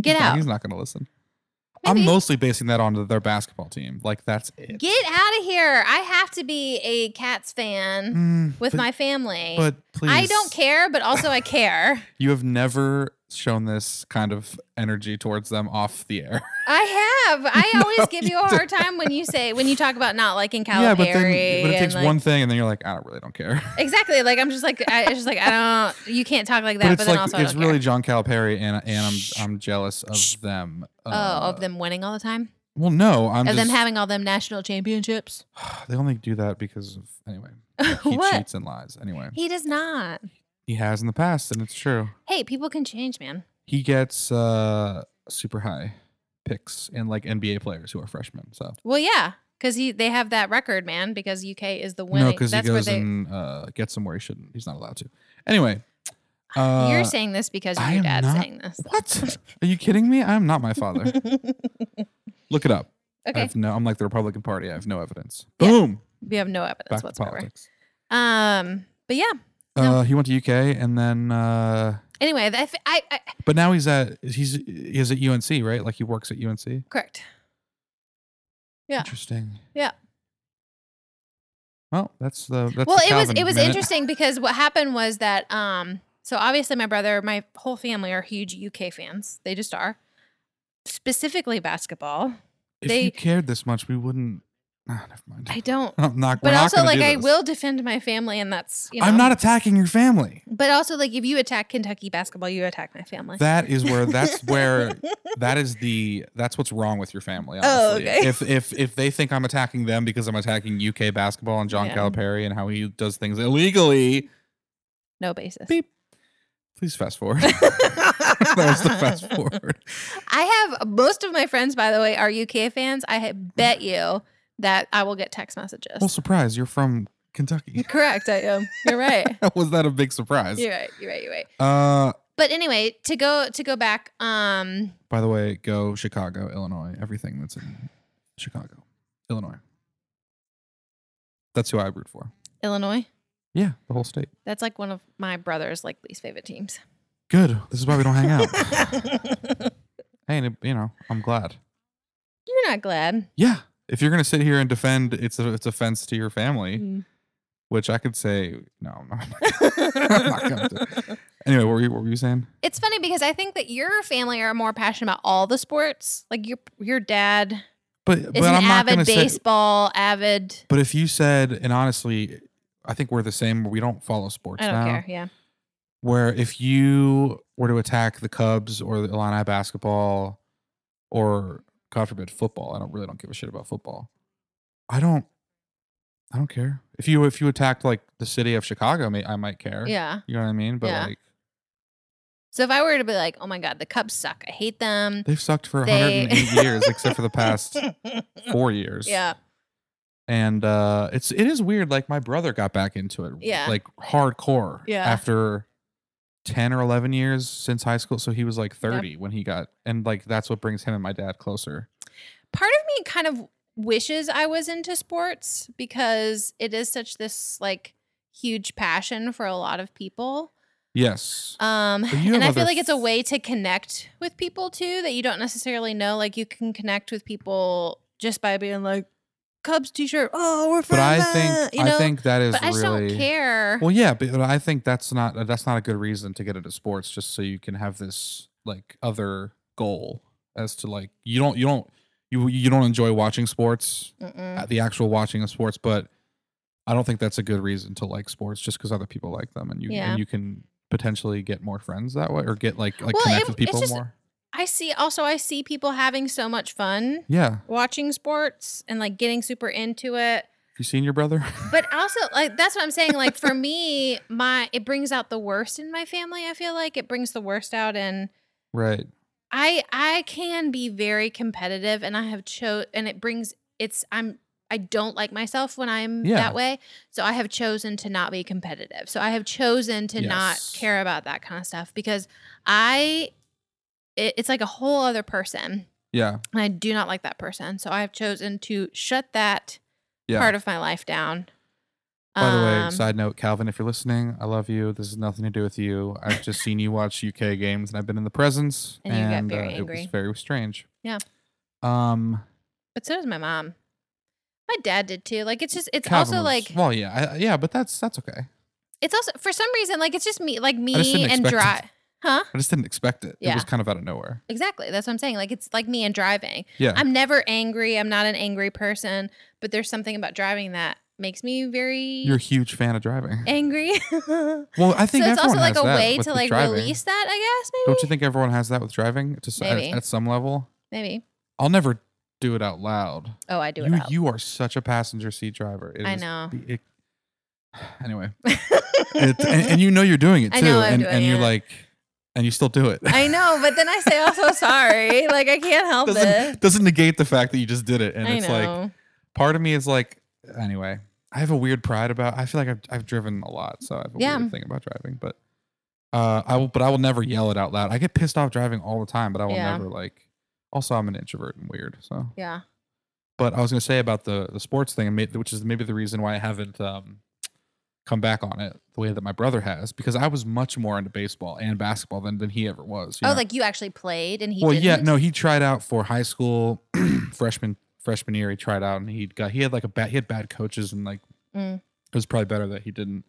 [SPEAKER 2] Get
[SPEAKER 3] No,
[SPEAKER 2] out.
[SPEAKER 3] He's not going to listen. I'm
[SPEAKER 2] Maybe.
[SPEAKER 3] mostly basing that on their basketball team. Like that's it.
[SPEAKER 2] Get out of here. I have to be a Cats fan
[SPEAKER 3] Mm,
[SPEAKER 2] with
[SPEAKER 3] but-
[SPEAKER 2] my family.
[SPEAKER 3] But please,
[SPEAKER 2] I don't care, but also I care.
[SPEAKER 3] You have never shown this kind of energy towards them off the air.
[SPEAKER 2] I have. I always give
[SPEAKER 3] you
[SPEAKER 2] you a hard time when you say when you talk about not liking Calipari.
[SPEAKER 3] yeah, but then but it
[SPEAKER 2] and,
[SPEAKER 3] takes
[SPEAKER 2] like-
[SPEAKER 3] one thing, and then you're like, I don't really don't care.
[SPEAKER 2] Exactly. Like I'm just like I, it's just like I don't. You can't talk like
[SPEAKER 3] but
[SPEAKER 2] that. But,
[SPEAKER 3] it's
[SPEAKER 2] then
[SPEAKER 3] like
[SPEAKER 2] also I
[SPEAKER 3] it's
[SPEAKER 2] don't
[SPEAKER 3] really
[SPEAKER 2] care.
[SPEAKER 3] John Calipari, and and I'm
[SPEAKER 2] Shh.
[SPEAKER 3] I'm jealous of them.
[SPEAKER 2] oh
[SPEAKER 3] Uh,
[SPEAKER 2] of them winning all the time,
[SPEAKER 3] Well, no, I'm
[SPEAKER 2] of
[SPEAKER 3] just,
[SPEAKER 2] them having all them national championships.
[SPEAKER 3] They only do that because of anyway. He
[SPEAKER 2] what?
[SPEAKER 3] cheats and lies. Anyway,
[SPEAKER 2] He does not.
[SPEAKER 3] he has in the past, and it's true.
[SPEAKER 2] Hey, people can change, man.
[SPEAKER 3] He gets uh super high picks in like NBA players who are freshmen. So
[SPEAKER 2] Well, yeah, because he they have that record, man. Because UK is the
[SPEAKER 3] no,
[SPEAKER 2] winning.
[SPEAKER 3] 'cause no, because he
[SPEAKER 2] That's where
[SPEAKER 3] goes
[SPEAKER 2] they.
[SPEAKER 3] and uh, gets somewhere he shouldn't. He's not allowed to. Anyway, uh,
[SPEAKER 2] you're saying this because
[SPEAKER 3] I
[SPEAKER 2] your
[SPEAKER 3] am
[SPEAKER 2] dad's
[SPEAKER 3] not-
[SPEAKER 2] saying this.
[SPEAKER 3] what? Are you kidding me? I'm not my father. Look it up. I
[SPEAKER 2] okay,
[SPEAKER 3] have no. I'm like the Republican Party. I have no evidence.
[SPEAKER 2] Yeah.
[SPEAKER 3] Boom.
[SPEAKER 2] we have no evidence
[SPEAKER 3] Back to
[SPEAKER 2] whatsoever.
[SPEAKER 3] politics.
[SPEAKER 2] Um, but yeah. No.
[SPEAKER 3] Uh, he went to UK and then. Uh,
[SPEAKER 2] Anyway, I, f- I, I
[SPEAKER 3] But now he's at he's he's at UNC, right? Like he works at UNC.
[SPEAKER 2] correct. Yeah.
[SPEAKER 3] Interesting.
[SPEAKER 2] Yeah.
[SPEAKER 3] Well, that's the that's
[SPEAKER 2] well
[SPEAKER 3] the
[SPEAKER 2] it was
[SPEAKER 3] Calvin
[SPEAKER 2] it was
[SPEAKER 3] minute.
[SPEAKER 2] interesting because what happened was that um so obviously my brother my whole family are huge uk fans they just are specifically basketball
[SPEAKER 3] If
[SPEAKER 2] they-
[SPEAKER 3] you cared this much, we wouldn't. Ah, never mind.
[SPEAKER 2] i don't
[SPEAKER 3] I'm not.
[SPEAKER 2] but
[SPEAKER 3] we're not
[SPEAKER 2] also
[SPEAKER 3] gonna
[SPEAKER 2] like
[SPEAKER 3] do
[SPEAKER 2] i
[SPEAKER 3] this.
[SPEAKER 2] will defend my family and that's you know
[SPEAKER 3] I'm not attacking your family.
[SPEAKER 2] but also like if you attack kentucky basketball you attack my family
[SPEAKER 3] That is where. That's where. That is the. That's what's wrong with your family.
[SPEAKER 2] Oh,
[SPEAKER 3] Honestly.
[SPEAKER 2] okay.
[SPEAKER 3] If if if they think I'm attacking them because I'm attacking UK basketball and John
[SPEAKER 2] Yeah.
[SPEAKER 3] Calipari and how he does things illegally,
[SPEAKER 2] no basis
[SPEAKER 3] Beep. Please fast forward. that was the fast forward.
[SPEAKER 2] I have most of my friends, by the way, are UK fans. I ha- bet you that I will get text messages.
[SPEAKER 3] Well, surprise! You're from Kentucky.
[SPEAKER 2] Correct, I am. You're right.
[SPEAKER 3] was that a big surprise?
[SPEAKER 2] You're right. You're right. You're right.
[SPEAKER 3] Uh,
[SPEAKER 2] But anyway, to go to go back, um,
[SPEAKER 3] by the way, go Chicago, Illinois. Everything that's in Chicago, Illinois. That's who I root for.
[SPEAKER 2] Illinois.
[SPEAKER 3] Yeah, the whole state.
[SPEAKER 2] That's like one of my brother's like least favorite teams.
[SPEAKER 3] Good. This is why we don't hang out.
[SPEAKER 2] You're
[SPEAKER 3] hey, and it- you know, I'm glad.
[SPEAKER 2] not glad.
[SPEAKER 3] Yeah. If you're gonna sit here and defend its its offense to your family,
[SPEAKER 2] Mm.
[SPEAKER 3] which I could say no, I'm not. I'm not gonna do it. Anyway, what were you what were you saying?
[SPEAKER 2] It's funny because I think that your family are more passionate about all the sports. Like your your dad is
[SPEAKER 3] But but
[SPEAKER 2] an
[SPEAKER 3] I'm not
[SPEAKER 2] avid
[SPEAKER 3] gonna say.
[SPEAKER 2] baseball, avid.
[SPEAKER 3] But if you said, and honestly, I think we're the same. We don't follow sports
[SPEAKER 2] I don't
[SPEAKER 3] now.
[SPEAKER 2] care. Yeah.
[SPEAKER 3] Where if you were to attack the Cubs or the Illini basketball, or God forbid football, I don't really don't give a shit about football. I don't, I don't care. If you if you attacked like the city of Chicago, may, I might care.
[SPEAKER 2] Yeah.
[SPEAKER 3] you know what I mean. But
[SPEAKER 2] Yeah.
[SPEAKER 3] like
[SPEAKER 2] So if I were to be like, oh my god, the Cubs suck. I hate them.
[SPEAKER 3] they've sucked for
[SPEAKER 2] They-
[SPEAKER 3] 108 years, except for the past four years.
[SPEAKER 2] yeah.
[SPEAKER 3] and uh it's it is weird like my brother got back into it
[SPEAKER 2] Yeah.
[SPEAKER 3] like hardcore
[SPEAKER 2] Yeah.
[SPEAKER 3] after 10 or 11 years since high school so he was like 30 when he got and like that's what brings him and my dad closer
[SPEAKER 2] Part of me kind of wishes I was into sports because it is such this like huge passion for a lot of people.
[SPEAKER 3] yes
[SPEAKER 2] Um,
[SPEAKER 3] But you
[SPEAKER 2] and
[SPEAKER 3] have
[SPEAKER 2] I feel
[SPEAKER 3] other
[SPEAKER 2] like it's a
[SPEAKER 3] f-
[SPEAKER 2] way to connect with people too that you don't necessarily know. Like you can connect with people just by being like Cubs T-shirt. Oh, we're from.
[SPEAKER 3] but i
[SPEAKER 2] that,"
[SPEAKER 3] think
[SPEAKER 2] you know.
[SPEAKER 3] i think that is
[SPEAKER 2] but I just
[SPEAKER 3] really
[SPEAKER 2] don't care.
[SPEAKER 3] well yeah but i think that's not uh, that's not a good reason to get into sports just so you can have this like other goal as to like you don't you don't you you don't enjoy watching sports
[SPEAKER 2] Mm-mm.
[SPEAKER 3] at the actual watching of sports, but I don't think that's a good reason to like sports just because other people like them, and you
[SPEAKER 2] Yeah.
[SPEAKER 3] and you can potentially get more friends that way or get like like
[SPEAKER 2] Well,
[SPEAKER 3] connect
[SPEAKER 2] it-
[SPEAKER 3] with
[SPEAKER 2] it's
[SPEAKER 3] people
[SPEAKER 2] just-
[SPEAKER 3] more.
[SPEAKER 2] I see. Also, I see people having so much fun
[SPEAKER 3] Yeah, have
[SPEAKER 2] watching sports and like getting super into it.
[SPEAKER 3] you seen your brother?
[SPEAKER 2] But also, like that's what I'm saying. Like for me, my it brings out the worst in my family. I feel like it brings the worst out in
[SPEAKER 3] right.
[SPEAKER 2] I I can be very competitive and I have chose and it brings it's I'm I don't like myself when I'm
[SPEAKER 3] Yeah.
[SPEAKER 2] that way. So I have chosen to not be competitive. So I have chosen to not
[SPEAKER 3] Yes.
[SPEAKER 2] care about that kind of stuff because I it, it's like a whole other person
[SPEAKER 3] Yeah,
[SPEAKER 2] and I do not like that person. So I have chosen to shut that
[SPEAKER 3] yeah.
[SPEAKER 2] part of my life down.
[SPEAKER 3] By the way,
[SPEAKER 2] Um,
[SPEAKER 3] side note, Calvin, if you're listening, I love you. This has nothing to do with you. I've just seen you watch UK games, and I've been in the presence,
[SPEAKER 2] And you got very
[SPEAKER 3] uh, it
[SPEAKER 2] angry.
[SPEAKER 3] was very strange.
[SPEAKER 2] Yeah.
[SPEAKER 3] Um,
[SPEAKER 2] but so does my mom. My dad did too. Like it's just it's
[SPEAKER 3] Calvin
[SPEAKER 2] also
[SPEAKER 3] was-
[SPEAKER 2] like
[SPEAKER 3] well, yeah, I, yeah, but that's that's okay.
[SPEAKER 2] it's also for some reason like it's just me like
[SPEAKER 3] just
[SPEAKER 2] me
[SPEAKER 3] didn't
[SPEAKER 2] and
[SPEAKER 3] expect it.
[SPEAKER 2] dry huh
[SPEAKER 3] I just didn't expect it. It
[SPEAKER 2] Yeah.
[SPEAKER 3] was kind of out of nowhere.
[SPEAKER 2] exactly that's what i'm saying like it's like me and driving
[SPEAKER 3] Yeah,
[SPEAKER 2] i'm never angry i'm not an angry person but there's something about driving that makes me very
[SPEAKER 3] you're a huge fan of driving.
[SPEAKER 2] angry so
[SPEAKER 3] Well, I think
[SPEAKER 2] it's
[SPEAKER 3] everyone
[SPEAKER 2] also like
[SPEAKER 3] has
[SPEAKER 2] a
[SPEAKER 3] that
[SPEAKER 2] way
[SPEAKER 3] with-
[SPEAKER 2] to
[SPEAKER 3] with
[SPEAKER 2] like
[SPEAKER 3] driving.
[SPEAKER 2] release that i guess maybe
[SPEAKER 3] Don't you think everyone has that with driving to s- at,
[SPEAKER 2] Maybe.
[SPEAKER 3] at some level?
[SPEAKER 2] maybe
[SPEAKER 3] I'll never do it out loud.
[SPEAKER 2] oh i do
[SPEAKER 3] you
[SPEAKER 2] it out.
[SPEAKER 3] you are such a passenger seat driver. It
[SPEAKER 2] i
[SPEAKER 3] is-
[SPEAKER 2] know
[SPEAKER 3] it- anyway, it, and, and you know you're doing it too,
[SPEAKER 2] I know I'm
[SPEAKER 3] and
[SPEAKER 2] doing
[SPEAKER 3] and you're
[SPEAKER 2] it.
[SPEAKER 3] like, and you still do it.
[SPEAKER 2] i know but then i say also sorry like i can't help
[SPEAKER 3] doesn't
[SPEAKER 2] it
[SPEAKER 3] doesn't negate the fact that you just did it, and
[SPEAKER 2] i
[SPEAKER 3] it's like
[SPEAKER 2] know
[SPEAKER 3] part of me is like, anyway, I have a weird pride about. I feel like I've I've driven a lot, so I have a
[SPEAKER 2] Yeah.
[SPEAKER 3] weird thing about driving, but. Uh, I will, but I will never yell it out loud. I get pissed off driving all the time, but I will
[SPEAKER 2] Yeah.
[SPEAKER 3] never like. Also, I'm an introvert and weird, so
[SPEAKER 2] yeah
[SPEAKER 3] but I was going to say about the the sports thing, and may- which is maybe the reason why I haven't um, come back on it the way that my brother has, because I was much more into baseball and basketball than than he ever was. you
[SPEAKER 2] oh
[SPEAKER 3] know?
[SPEAKER 2] like you actually played and he
[SPEAKER 3] well,
[SPEAKER 2] didn't?
[SPEAKER 3] yeah, no, he tried out for high school freshman freshman year. He tried out, and he got he had like a bad he had bad coaches, and like
[SPEAKER 2] Mm.
[SPEAKER 3] it was probably better that he didn't.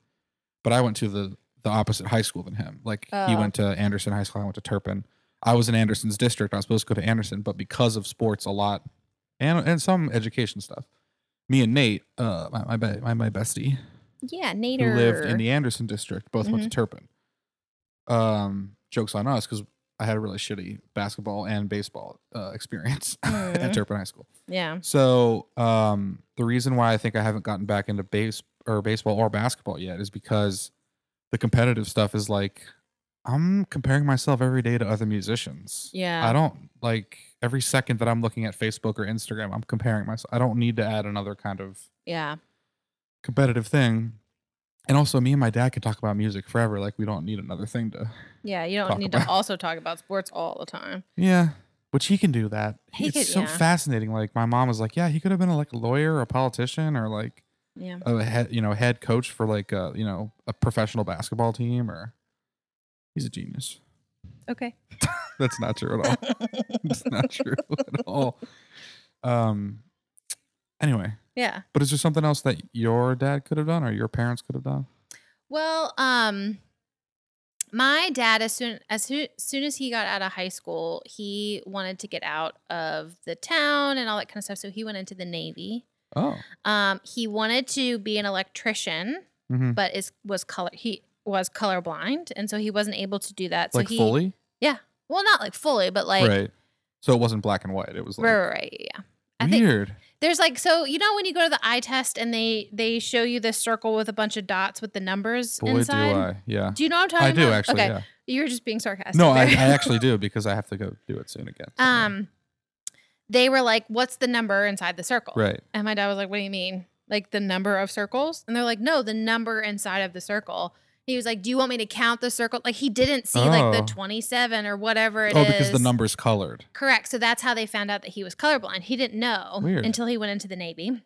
[SPEAKER 3] But I went to the the opposite high school than him. Like he
[SPEAKER 2] Oh.
[SPEAKER 3] went to Anderson High School, I went to Turpin. I was in Anderson's district. I was supposed to go to Anderson, but because of sports a lot and and some education stuff, me and Nate, uh, my my be- my, my bestie,
[SPEAKER 2] yeah
[SPEAKER 3] who
[SPEAKER 2] nader
[SPEAKER 3] lived in the Anderson district, both
[SPEAKER 2] Mm-hmm.
[SPEAKER 3] went to Turpin. Um, jokes on us because I had a really shitty basketball and baseball uh, experience at
[SPEAKER 2] Mm.
[SPEAKER 3] Turpin High School.
[SPEAKER 2] yeah
[SPEAKER 3] So um, the reason why I think I haven't gotten back into base or baseball or basketball yet is because the competitive stuff is like I'm comparing myself every day to other musicians.
[SPEAKER 2] Yeah.
[SPEAKER 3] I don't like every second that I'm looking at Facebook or Instagram, I'm comparing myself. I don't need to add another kind of
[SPEAKER 2] yeah.
[SPEAKER 3] competitive thing. And also, me and my dad could talk about music forever. Like, we don't need another thing to.
[SPEAKER 2] Yeah. You don't
[SPEAKER 3] Talk
[SPEAKER 2] need
[SPEAKER 3] about-
[SPEAKER 2] to also talk about sports all the time.
[SPEAKER 3] Yeah. Which he can do that.
[SPEAKER 2] He
[SPEAKER 3] it's
[SPEAKER 2] could-
[SPEAKER 3] so
[SPEAKER 2] yeah.
[SPEAKER 3] fascinating. Like, my mom was like, yeah, he could have been like a lawyer or a politician or like
[SPEAKER 2] Yeah.
[SPEAKER 3] a head, you know, head coach for like a, you know, a professional basketball team or. He's a genius.
[SPEAKER 2] Okay.
[SPEAKER 3] That's not true at all. it's not true at all. Um. Anyway,
[SPEAKER 2] Yeah.
[SPEAKER 3] but is there something else that your dad could have done or your parents could have done?
[SPEAKER 2] Well, um my dad as soon as soon, soon as he got out of high school, he wanted to get out of the town and all that kind of stuff, so he went into the navy.
[SPEAKER 3] Oh,
[SPEAKER 2] Um he wanted to be an electrician,
[SPEAKER 3] mm-hmm.
[SPEAKER 2] but is was color he was colorblind and so he wasn't able to do that.
[SPEAKER 3] like
[SPEAKER 2] so he
[SPEAKER 3] fully,
[SPEAKER 2] Well, not like fully, but like
[SPEAKER 3] right? So it wasn't black and white. It was like
[SPEAKER 2] right, right, right, yeah. I think
[SPEAKER 3] weird.
[SPEAKER 2] there's like so you know when you go to the eye test and they they show you this circle with a bunch of dots with the numbers
[SPEAKER 3] Boy,
[SPEAKER 2] inside.
[SPEAKER 3] do I! Yeah,
[SPEAKER 2] Do you know what I'm talking
[SPEAKER 3] I do
[SPEAKER 2] about?
[SPEAKER 3] actually.
[SPEAKER 2] Okay.
[SPEAKER 3] Yeah.
[SPEAKER 2] You were just being sarcastic.
[SPEAKER 3] No, I, I
[SPEAKER 2] there.
[SPEAKER 3] actually do because I have to go do it soon again. so, yeah.
[SPEAKER 2] um they were like, What's the number inside the circle?
[SPEAKER 3] right.
[SPEAKER 2] And my dad was like, What do you mean? Like the number of circles? And they're like, No, the number inside of the circle. He was like, Do you want me to count the circle? Like he didn't see like
[SPEAKER 3] Oh.
[SPEAKER 2] the twenty seven or whatever it is.
[SPEAKER 3] Oh, because the number's colored.
[SPEAKER 2] Correct. So that's how they found out that he was colorblind. He didn't know
[SPEAKER 3] Weird.
[SPEAKER 2] until he went into the Navy.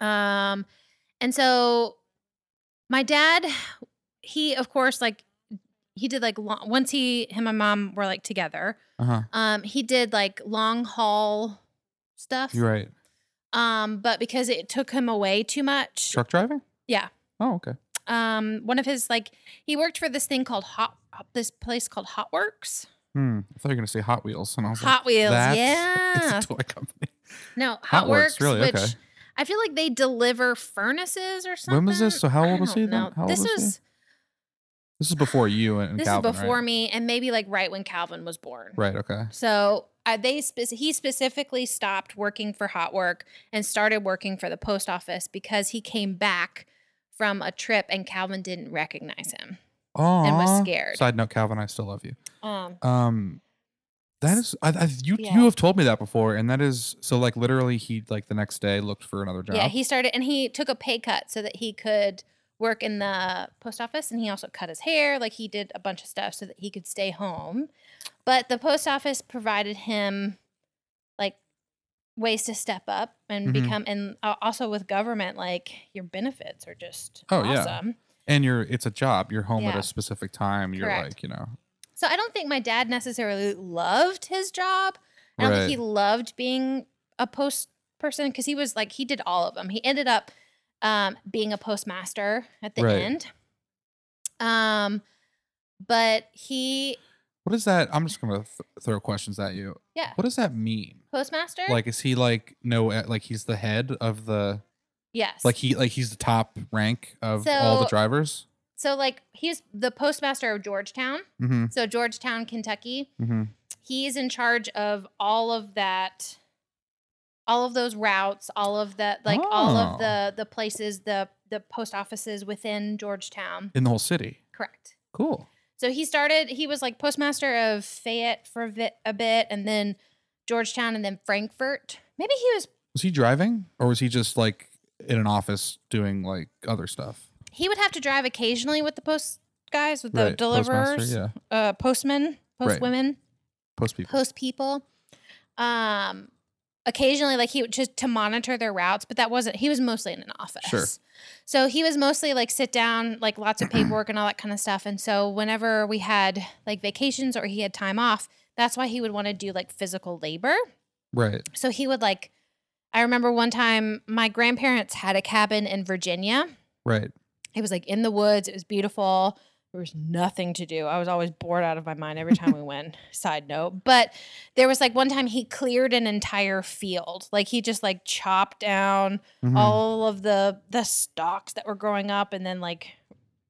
[SPEAKER 2] Um, and so my dad, he of course like he did like long, once he him and my mom were like together.
[SPEAKER 3] Uh huh.
[SPEAKER 2] Um, he did like long haul stuff.
[SPEAKER 3] You're right.
[SPEAKER 2] Um, but because it took him away too much,
[SPEAKER 3] Truck driving.
[SPEAKER 2] Yeah.
[SPEAKER 3] Oh, okay.
[SPEAKER 2] um, one of his like he worked for this thing called Hot this place called Hot Works,
[SPEAKER 3] Hmm. I thought you were gonna say Hot Wheels, and I was like,
[SPEAKER 2] Hot Wheels.
[SPEAKER 3] That's,
[SPEAKER 2] yeah,
[SPEAKER 3] It's a toy company.
[SPEAKER 2] No, Hot,
[SPEAKER 3] Hot Works,
[SPEAKER 2] Works,
[SPEAKER 3] really?
[SPEAKER 2] which
[SPEAKER 3] Okay.
[SPEAKER 2] I feel like they deliver furnaces or something.
[SPEAKER 3] When was this? So how old
[SPEAKER 2] I
[SPEAKER 3] was he
[SPEAKER 2] don't
[SPEAKER 3] then?
[SPEAKER 2] know.
[SPEAKER 3] How old
[SPEAKER 2] this
[SPEAKER 3] was he?
[SPEAKER 2] was
[SPEAKER 3] This is before you and
[SPEAKER 2] this
[SPEAKER 3] Calvin,
[SPEAKER 2] is before
[SPEAKER 3] right?
[SPEAKER 2] me, and maybe like right when Calvin was born.
[SPEAKER 3] Right. Okay.
[SPEAKER 2] So uh, they spec- he specifically stopped working for Hot Work and started working for the post office because he came back from a trip and Calvin didn't recognize him.
[SPEAKER 3] Oh.
[SPEAKER 2] was scared.
[SPEAKER 3] Side note, Calvin, I still love you.
[SPEAKER 2] Um,
[SPEAKER 3] Um, that is, I, I, you
[SPEAKER 2] Yeah.
[SPEAKER 3] you have told me that before, and that is so. Like literally, he like the next day looked for another job.
[SPEAKER 2] yeah, he started and he took a pay cut so that he could work in the post office and he also cut his hair like he did a bunch of stuff so that he could stay home. But the post office provided him like ways to step up and
[SPEAKER 3] Mhm.
[SPEAKER 2] become and uh, also with government like your benefits are just
[SPEAKER 3] Oh, yeah.
[SPEAKER 2] awesome.
[SPEAKER 3] and you're it's a job. You're home at
[SPEAKER 2] Yeah.
[SPEAKER 3] a specific time. You're
[SPEAKER 2] Correct.
[SPEAKER 3] like you know.
[SPEAKER 2] So I don't think my dad necessarily loved his job. I don't
[SPEAKER 3] Right.
[SPEAKER 2] think he loved being a post person because he was like he did all of them. He ended up um, being a postmaster at the
[SPEAKER 3] Right.
[SPEAKER 2] end. Um, but he
[SPEAKER 3] What is that? I'm just gonna th- throw questions at you.
[SPEAKER 2] Yeah.
[SPEAKER 3] What does that mean?
[SPEAKER 2] postmaster
[SPEAKER 3] Like, is he like no? eh, Like he's the head of the
[SPEAKER 2] yes
[SPEAKER 3] like he like he's the top rank of all the
[SPEAKER 2] So-
[SPEAKER 3] drivers.
[SPEAKER 2] so like he's the postmaster of Georgetown.
[SPEAKER 3] Mm-hmm.
[SPEAKER 2] So Georgetown, Kentucky.
[SPEAKER 3] Mm-hmm.
[SPEAKER 2] He's in charge of all of that all of those routes all of the like all
[SPEAKER 3] Oh.
[SPEAKER 2] of the the places the the post offices within georgetown
[SPEAKER 3] In the whole city.
[SPEAKER 2] correct
[SPEAKER 3] Cool.
[SPEAKER 2] so he started he was like postmaster of fayette for a bit, a bit and then georgetown and then frankfurt maybe he was
[SPEAKER 3] Was he driving or was he just like in an office doing like other stuff?
[SPEAKER 2] he would have to drive occasionally with the post guys with the
[SPEAKER 3] Right, postmaster,
[SPEAKER 2] deliverers
[SPEAKER 3] yeah.
[SPEAKER 2] uh postmen
[SPEAKER 3] Right.
[SPEAKER 2] postwomen
[SPEAKER 3] Post people.
[SPEAKER 2] post people. Um, occasionally, like he would just to monitor their routes, but that wasn't. He was mostly in an office.
[SPEAKER 3] Sure.
[SPEAKER 2] So he was mostly like sit down, like lots of paperwork and all that kind of stuff. And so whenever we had like vacations or he had time off, that's why he would want to do like physical labor.
[SPEAKER 3] right.
[SPEAKER 2] So he would like. I remember one time my grandparents had a cabin in Virginia.
[SPEAKER 3] Right.
[SPEAKER 2] It was like in the woods. It was beautiful. There was nothing to do. I was always bored out of my mind every time we went. Side note, but there was like one time he cleared an entire field. Like he just like chopped down
[SPEAKER 3] Mhm.
[SPEAKER 2] all of the the stalks that were growing up and then like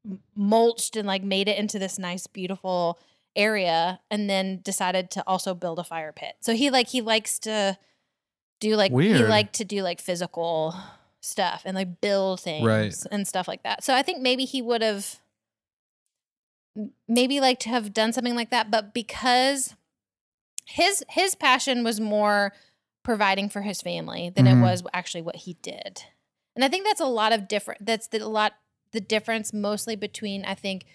[SPEAKER 2] m- mulched and like made it into this nice beautiful area and then decided to also build a fire pit. So he like he likes to do like he
[SPEAKER 3] Weird.
[SPEAKER 2] liked to do like physical stuff and like build things
[SPEAKER 3] Right.
[SPEAKER 2] and stuff like that. So I think maybe he would have maybe like to have done something like that, but because his his passion was more providing for his family than
[SPEAKER 3] Mhm.
[SPEAKER 2] it was actually what he did. And I think that's a lot of different that's the, a lot the difference mostly between I think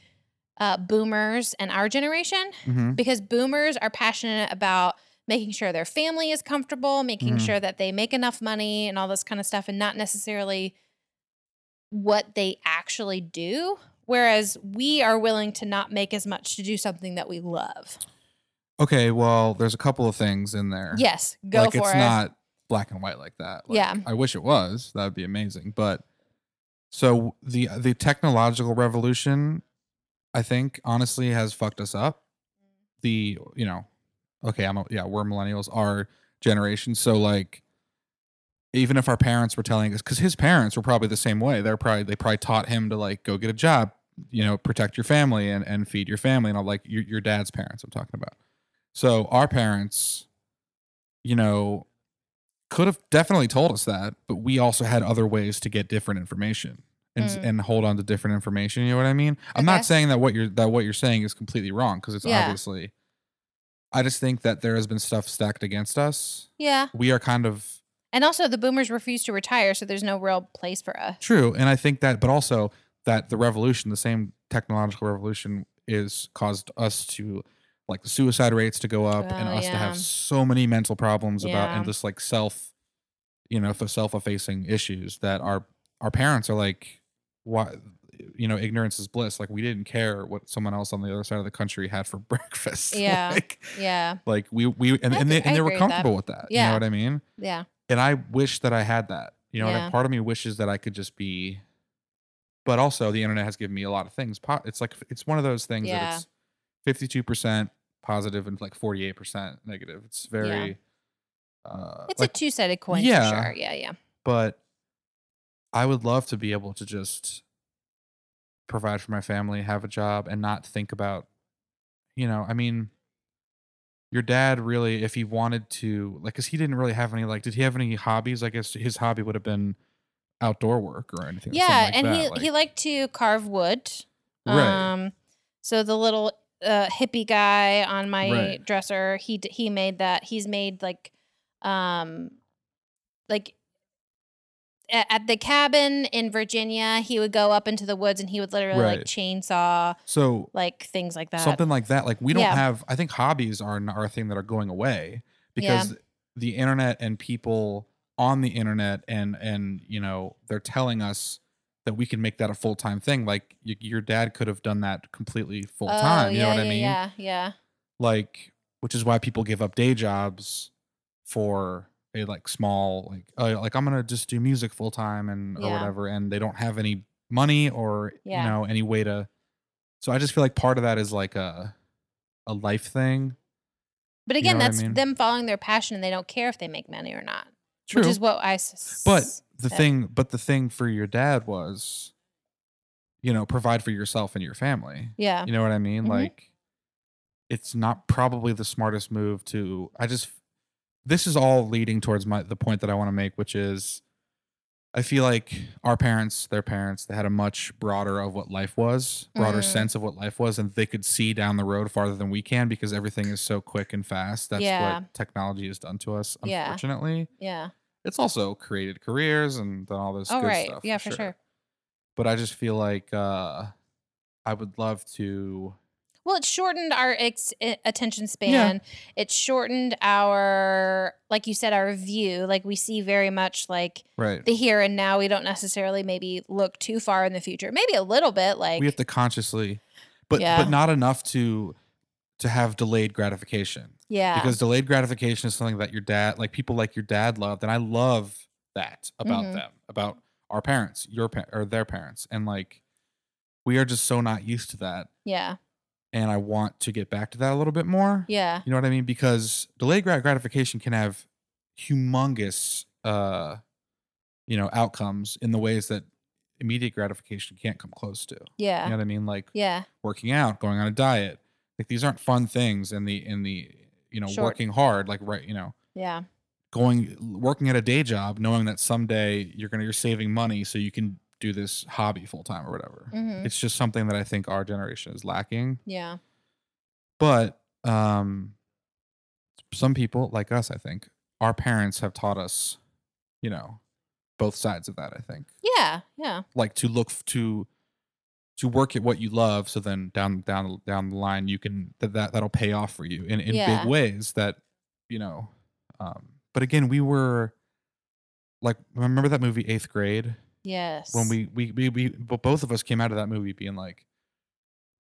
[SPEAKER 2] uh, boomers and our generation
[SPEAKER 3] Mm-hmm.
[SPEAKER 2] because boomers are passionate about making sure their family is comfortable, making
[SPEAKER 3] Mhm.
[SPEAKER 2] sure that they make enough money and all this kind of stuff, and not necessarily what they actually do. Whereas we are willing to not make as much to do something that we love.
[SPEAKER 3] Okay, well, there's a couple of things in there.
[SPEAKER 2] Yes, go
[SPEAKER 3] like
[SPEAKER 2] for
[SPEAKER 3] it's
[SPEAKER 2] it.
[SPEAKER 3] not black and white like that. Like,
[SPEAKER 2] Yeah.
[SPEAKER 3] I wish it was. That would be amazing. But so the the technological revolution, I think, honestly, has fucked us up. The you know, okay, I'm a, yeah, we're millennials, our generation. So like, even if our parents were telling us, because his parents were probably the same way. They're probably they probably taught him to like go get a job, you know, protect your family and and feed your family and all like your your dad's parents. I'm talking about. So our parents you know, could have definitely told us that, but we also had other ways to get different information and s
[SPEAKER 2] Mm.
[SPEAKER 3] and hold on to different information. You know what I mean? I'm
[SPEAKER 2] Okay.
[SPEAKER 3] not saying that what you're that what you're saying is completely wrong because it's
[SPEAKER 2] Yeah.
[SPEAKER 3] obviously. I just think that there has been stuff stacked against us.
[SPEAKER 2] yeah.
[SPEAKER 3] We are kind of
[SPEAKER 2] And also, the boomers refuse to retire, so there's no real place for us.
[SPEAKER 3] True, and I think that, but also that the revolution, the same technological revolution, is caused us to like the suicide rates to go up, and
[SPEAKER 2] Oh,
[SPEAKER 3] us to
[SPEAKER 2] yeah.
[SPEAKER 3] have so many mental problems about
[SPEAKER 2] Yeah.
[SPEAKER 3] and just like self, you know, self effacing issues that our our parents are like, why, you know, ignorance is bliss. Like we didn't care what someone else on the other side of the country had for breakfast.
[SPEAKER 2] Yeah.
[SPEAKER 3] like,
[SPEAKER 2] Yeah.
[SPEAKER 3] like we we and,
[SPEAKER 2] I
[SPEAKER 3] and they
[SPEAKER 2] think- I
[SPEAKER 3] and they were
[SPEAKER 2] agree with that.
[SPEAKER 3] comfortable with that. You
[SPEAKER 2] Yeah.
[SPEAKER 3] know what I mean?
[SPEAKER 2] Yeah.
[SPEAKER 3] and I wish that I had that. You know,
[SPEAKER 2] Yeah.
[SPEAKER 3] and part of me wishes that I could just be. But also, the internet has given me a lot of things. Po- It's like it's one of those things
[SPEAKER 2] Yeah.
[SPEAKER 3] that it's fifty-two percent positive and like forty-eight percent negative. It's very. Uh,
[SPEAKER 2] It's
[SPEAKER 3] like,
[SPEAKER 2] a two sided coin
[SPEAKER 3] yeah.
[SPEAKER 2] for sure. Yeah. Yeah.
[SPEAKER 3] but I would love to be able to just provide for my family, have a job, and not think about, you know, I mean, your dad really, if he wanted to, like, because he didn't really have any, like, did he have any hobbies? I guess his hobby would have been outdoor work or anything. something
[SPEAKER 2] Yeah.
[SPEAKER 3] like
[SPEAKER 2] and he,
[SPEAKER 3] that,
[SPEAKER 2] he
[SPEAKER 3] like-
[SPEAKER 2] liked to carve wood.
[SPEAKER 3] right.
[SPEAKER 2] Um, so the little uh, hippie guy on my
[SPEAKER 3] Right.
[SPEAKER 2] dresser, he d- he made that. He's made like, um, like a- at the cabin in Virginia, he would go up into the woods and he would literally like
[SPEAKER 3] Right.
[SPEAKER 2] chainsaw
[SPEAKER 3] So
[SPEAKER 2] like things like that.
[SPEAKER 3] something like that. Like we don't
[SPEAKER 2] Yeah.
[SPEAKER 3] have. I think hobbies are n- are a thing that are going away because the internet and people on the internet and and you know they're telling us that we can make that a full time thing. Like y- your dad could have done that completely full
[SPEAKER 2] Oh,
[SPEAKER 3] time. you know
[SPEAKER 2] yeah,
[SPEAKER 3] what I
[SPEAKER 2] yeah,
[SPEAKER 3] mean?
[SPEAKER 2] Yeah, yeah.
[SPEAKER 3] Like which is why people give up day jobs for a like small like uh, like I'm gonna just do music full time and or
[SPEAKER 2] Yeah.
[SPEAKER 3] whatever, and they don't have any money or
[SPEAKER 2] Yeah.
[SPEAKER 3] you know any way to. So I just feel like part of that is like a a life thing.
[SPEAKER 2] But
[SPEAKER 3] You
[SPEAKER 2] again,
[SPEAKER 3] know what I
[SPEAKER 2] that's
[SPEAKER 3] mean?
[SPEAKER 2] them following their passion, and they don't care if they make money or not,
[SPEAKER 3] True,
[SPEAKER 2] which is what I. s-
[SPEAKER 3] but the
[SPEAKER 2] yeah.
[SPEAKER 3] thing, but the thing for your dad was, you know, provide for yourself and your family.
[SPEAKER 2] yeah,
[SPEAKER 3] You know what I mean?
[SPEAKER 2] Mhm.
[SPEAKER 3] Like, it's not probably the smartest move to. I just, this is all leading towards my the point that I want to make, which is, I feel like our parents, their parents, they had a much broader of what life was, broader
[SPEAKER 2] Mm.
[SPEAKER 3] sense of what life was, and they could see down the road farther than we can because everything is so quick and fast. That's
[SPEAKER 2] Yeah.
[SPEAKER 3] what technology has done to us,
[SPEAKER 2] Yeah.
[SPEAKER 3] unfortunately
[SPEAKER 2] yeah.
[SPEAKER 3] it's also created careers and done all this
[SPEAKER 2] Oh
[SPEAKER 3] good
[SPEAKER 2] right,
[SPEAKER 3] stuff.
[SPEAKER 2] yeah, for sure.
[SPEAKER 3] But I just feel like uh I would love to
[SPEAKER 2] Well, it shortened our ex- i- attention span. It shortened our, like you said, our view. Like we see very much like
[SPEAKER 3] right.
[SPEAKER 2] the here and now. We don't necessarily maybe look too far in the future. Maybe a little bit. Like
[SPEAKER 3] we have to consciously but
[SPEAKER 2] Yeah.
[SPEAKER 3] but not enough to to have delayed gratification.
[SPEAKER 2] yeah,
[SPEAKER 3] Because delayed gratification is something that your dad like people like your dad loved and I love that about
[SPEAKER 2] Mhm.
[SPEAKER 3] them, about our parents, your pa- or their parents and like we are just so not used to that
[SPEAKER 2] yeah,
[SPEAKER 3] and I want to get back to that a little bit more.
[SPEAKER 2] yeah,
[SPEAKER 3] You know what I mean? Because delayed grat- gratification can have humongous, uh, you know, outcomes in the ways that immediate gratification can't come close to. You
[SPEAKER 2] yeah,
[SPEAKER 3] know what I mean? Like
[SPEAKER 2] yeah,
[SPEAKER 3] working out, going on a diet. Like these aren't fun things. And the in the you know
[SPEAKER 2] Sure.
[SPEAKER 3] working hard, like right, you know,
[SPEAKER 2] yeah,
[SPEAKER 3] going working at a day job, knowing that someday you're gonna you're saving money so you can do this hobby full time or whatever.
[SPEAKER 2] hmm
[SPEAKER 3] It's just something that I think our generation is lacking.
[SPEAKER 2] Yeah.
[SPEAKER 3] But um, some people like us, I think, our parents have taught us, you know, both sides of that. I think,
[SPEAKER 2] Yeah. Yeah.
[SPEAKER 3] like to look f- to to work at what you love, so then down down down the line, you can that, that that'll pay off for you in in
[SPEAKER 2] Yeah.
[SPEAKER 3] big ways. That you know, um, but again, we were like, remember that movie Eighth Grade?
[SPEAKER 2] Yes.
[SPEAKER 3] when we we we, we bo- both of us came out of that movie being like,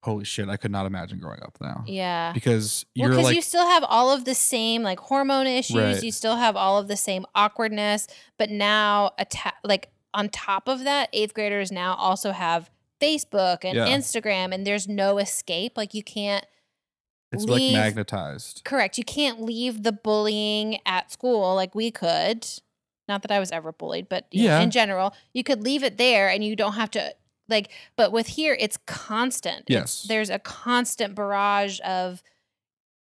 [SPEAKER 3] "Holy shit! I could not imagine growing up now."
[SPEAKER 2] Yeah.
[SPEAKER 3] Because
[SPEAKER 2] Well,
[SPEAKER 3] you're like,
[SPEAKER 2] you still have all of the same like hormone issues.
[SPEAKER 3] Right.
[SPEAKER 2] You still have all of the same awkwardness, but now atta- like on top of that, eighth graders now also have Facebook and
[SPEAKER 3] Yeah.
[SPEAKER 2] Instagram, and there's no escape. Like you can't
[SPEAKER 3] it's
[SPEAKER 2] leave-
[SPEAKER 3] like magnetized.
[SPEAKER 2] correct. You can't leave the bullying at school like we could. Not that I was ever bullied, but yeah.
[SPEAKER 3] Yeah.
[SPEAKER 2] in general, you could leave it there and you don't have to like but with here it's constant.
[SPEAKER 3] Yes.
[SPEAKER 2] It's- there's a constant barrage of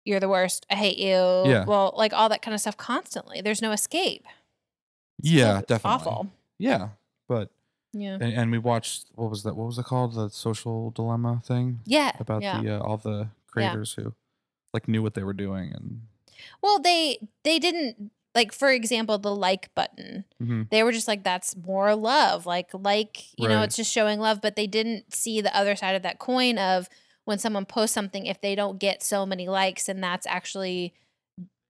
[SPEAKER 2] you're the worst, I hate you.
[SPEAKER 3] Yeah.
[SPEAKER 2] Well, like all that kind of stuff constantly. There's no escape.
[SPEAKER 3] Yeah,
[SPEAKER 2] It's
[SPEAKER 3] definitely.
[SPEAKER 2] Awful.
[SPEAKER 3] Yeah, but
[SPEAKER 2] Yeah.
[SPEAKER 3] and, and we watched what was that? What was it called? The social dilemma thing
[SPEAKER 2] Yeah.
[SPEAKER 3] about
[SPEAKER 2] yeah.
[SPEAKER 3] the uh, all the creators who like knew what they were doing and
[SPEAKER 2] well, they they didn't like for example the like button.
[SPEAKER 3] Mhm.
[SPEAKER 2] they were just like that's more love like like you know
[SPEAKER 3] Right.
[SPEAKER 2] it's just showing love but they didn't see the other side of that coin of when someone posts something if they don't get so many likes and that's actually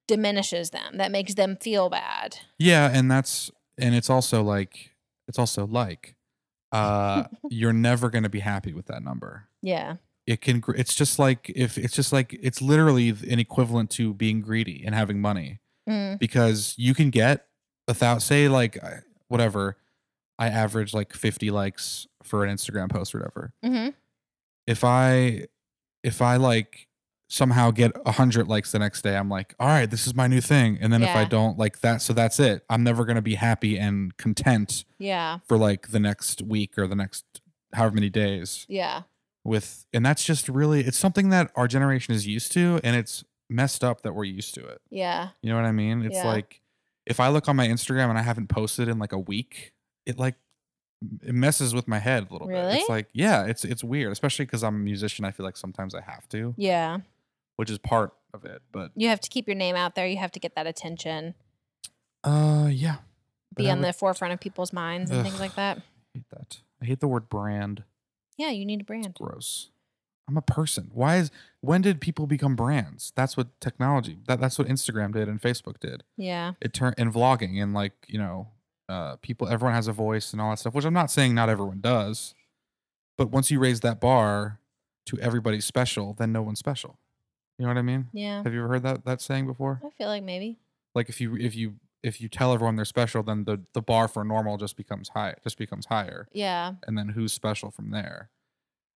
[SPEAKER 2] diminishes them that makes them feel bad
[SPEAKER 3] yeah, and that's and it's also like it's also like uh you're never going to be happy with that number
[SPEAKER 2] yeah
[SPEAKER 3] it can gr- it's just like if it's just like it's literally th- an equivalent to being greedy and having money
[SPEAKER 2] mm,
[SPEAKER 3] because you can get a thousand say like I- whatever i average like 50 likes for an instagram post or whatever
[SPEAKER 2] hmm
[SPEAKER 3] if i if i like somehow get 100 likes the next day i'm like all right this is my new thing and then if i
[SPEAKER 2] Yeah.
[SPEAKER 3] don't like that so that's it i'm never going to be happy and content
[SPEAKER 2] yeah
[SPEAKER 3] for like the next week or the next however many days
[SPEAKER 2] yeah
[SPEAKER 3] with and that's just really it's something that our generation is used to and it's messed up that we're used to it
[SPEAKER 2] yeah
[SPEAKER 3] you know what i mean it's
[SPEAKER 2] Yeah.
[SPEAKER 3] like if i look on my instagram and i haven't posted in like a week it like m- it messes with my head a little bit
[SPEAKER 2] Really?
[SPEAKER 3] it's like yeah it's it's weird especially because i'm a musician i feel like sometimes i have to
[SPEAKER 2] yeah
[SPEAKER 3] which is part of it but
[SPEAKER 2] you have to keep your name out there you have to get that attention
[SPEAKER 3] uh yeah But
[SPEAKER 2] be
[SPEAKER 3] I
[SPEAKER 2] on
[SPEAKER 3] would-
[SPEAKER 2] the forefront of people's minds and things
[SPEAKER 3] Ugh.
[SPEAKER 2] like that
[SPEAKER 3] I hate that i hate the word brand
[SPEAKER 2] yeah you need a brand
[SPEAKER 3] gross i'm a person why is when did people become brands that's what technology that, that's what instagram did and facebook did
[SPEAKER 2] yeah
[SPEAKER 3] it turn and vlogging and like you know uh people everyone has a voice and all that stuff which i'm not saying not everyone does but once you raise that bar to everybody's special then no one's special you know what i mean
[SPEAKER 2] yeah
[SPEAKER 3] have you ever heard that that saying before
[SPEAKER 2] i feel like maybe
[SPEAKER 3] like if you if you if you tell everyone they're special then the the bar for normal just becomes high just becomes higher
[SPEAKER 2] yeah
[SPEAKER 3] and then who's special from there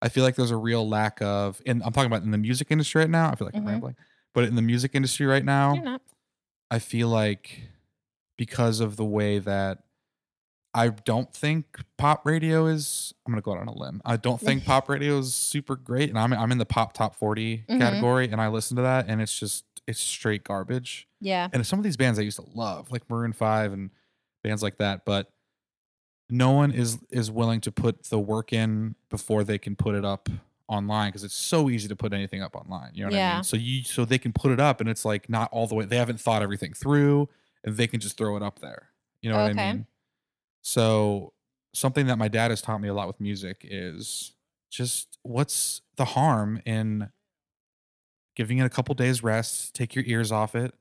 [SPEAKER 3] i feel like there's a real lack of and i'm talking about in the music industry right now i feel like
[SPEAKER 2] Mhm.
[SPEAKER 3] i'm rambling but in the music industry right now
[SPEAKER 2] you're not
[SPEAKER 3] I feel like because of the way that I don't think pop radio is I'm gonna go out on a limb. I don't think pop radio is super great, and I'm I'm in the pop top 40
[SPEAKER 2] Mhm.
[SPEAKER 3] category, and I listen to that, and it's just it's straight garbage.
[SPEAKER 2] yeah
[SPEAKER 3] And some of these bands I used to love, like Maroon Five and bands like that, but no one is is willing to put the work in before they can put it up online because it's so easy to put anything up online. You know what I
[SPEAKER 2] Yeah.
[SPEAKER 3] mean? So you so they can put it up and it's like not all the way. They haven't thought everything through, and they can just throw it up there. You know what
[SPEAKER 2] Okay.
[SPEAKER 3] I mean? So something that my dad has taught me a lot with music is just what's the harm in giving it a couple days rest, take your ears off it,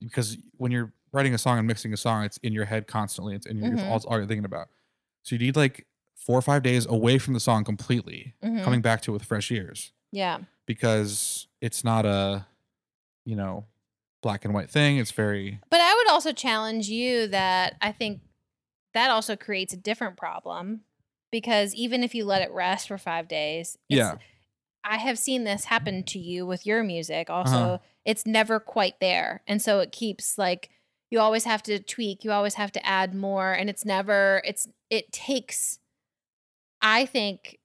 [SPEAKER 3] because when you're writing a song and mixing a song, it's in your head constantly. It's in your
[SPEAKER 2] Mhm.
[SPEAKER 3] all, all you're thinking about. So you need like four or five days away from the song completely,
[SPEAKER 2] Mhm.
[SPEAKER 3] coming back to it with fresh ears,
[SPEAKER 2] yeah
[SPEAKER 3] because it's not a, you know, black and white thing. It's very
[SPEAKER 2] But I would also challenge you that I think that also creates a different problem because even if you let it rest for five days, it's-
[SPEAKER 3] yeah
[SPEAKER 2] I have seen this happen to you with your music also.
[SPEAKER 3] Uh-huh.
[SPEAKER 2] It's never quite there. And so it keeps like you always have to tweak, you always have to add more and it's never it's it takes I think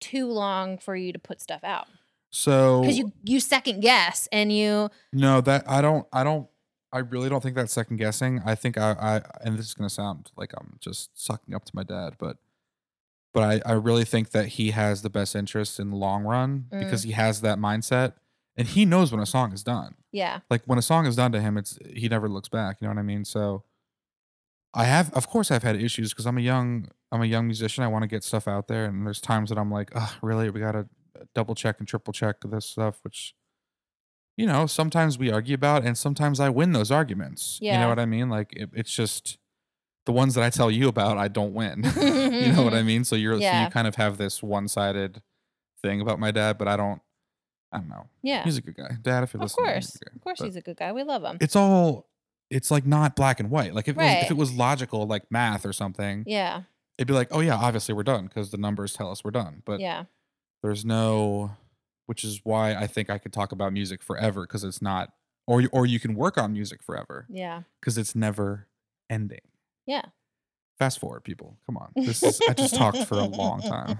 [SPEAKER 2] too long for you to put stuff out
[SPEAKER 3] so
[SPEAKER 2] because you you second guess and you
[SPEAKER 3] No, that I don't. I don't I really don't think that's second guessing. I think I, I and this is gonna sound like I'm just sucking up to my dad, but but I, I really think that he has the best interest in the long run because he has that mindset and he knows when a song is done.
[SPEAKER 2] Yeah.
[SPEAKER 3] Like when a song is done to him, it's he never looks back. You know what I mean? So I have of course I've had issues because I'm a young I'm a young musician. I want to get stuff out there and there's times that I'm like, oh really, we gotta double check and triple check this stuff, which you know, sometimes we argue about and sometimes I win those arguments. You
[SPEAKER 2] Yeah.
[SPEAKER 3] know what I mean? Like it, it's just the ones that I tell you about, I don't win. you know what I mean? So you're so
[SPEAKER 2] Yeah.
[SPEAKER 3] you kind of have this one sided thing about my dad, but I don't I don't know.
[SPEAKER 2] Yeah.
[SPEAKER 3] He's a good guy. Dad, if you're
[SPEAKER 2] Of
[SPEAKER 3] listening. you're a
[SPEAKER 2] course.
[SPEAKER 3] good guy.
[SPEAKER 2] Of course
[SPEAKER 3] But
[SPEAKER 2] he's a good guy. We love him.
[SPEAKER 3] It's all it's like not black and white. Like if, it, was, if
[SPEAKER 2] Right.
[SPEAKER 3] it was logical, like math or something,
[SPEAKER 2] Yeah.
[SPEAKER 3] it'd be like, oh yeah, obviously we're done because the numbers tell us we're done. But
[SPEAKER 2] Yeah.
[SPEAKER 3] there's no, which is why I think I could talk about music forever because it's not, or you- or you can work on music forever
[SPEAKER 2] Yeah.
[SPEAKER 3] because it's never ending.
[SPEAKER 2] Mm. Yeah.
[SPEAKER 3] Fast forward, people. Come on, this is, I just talked for a long time.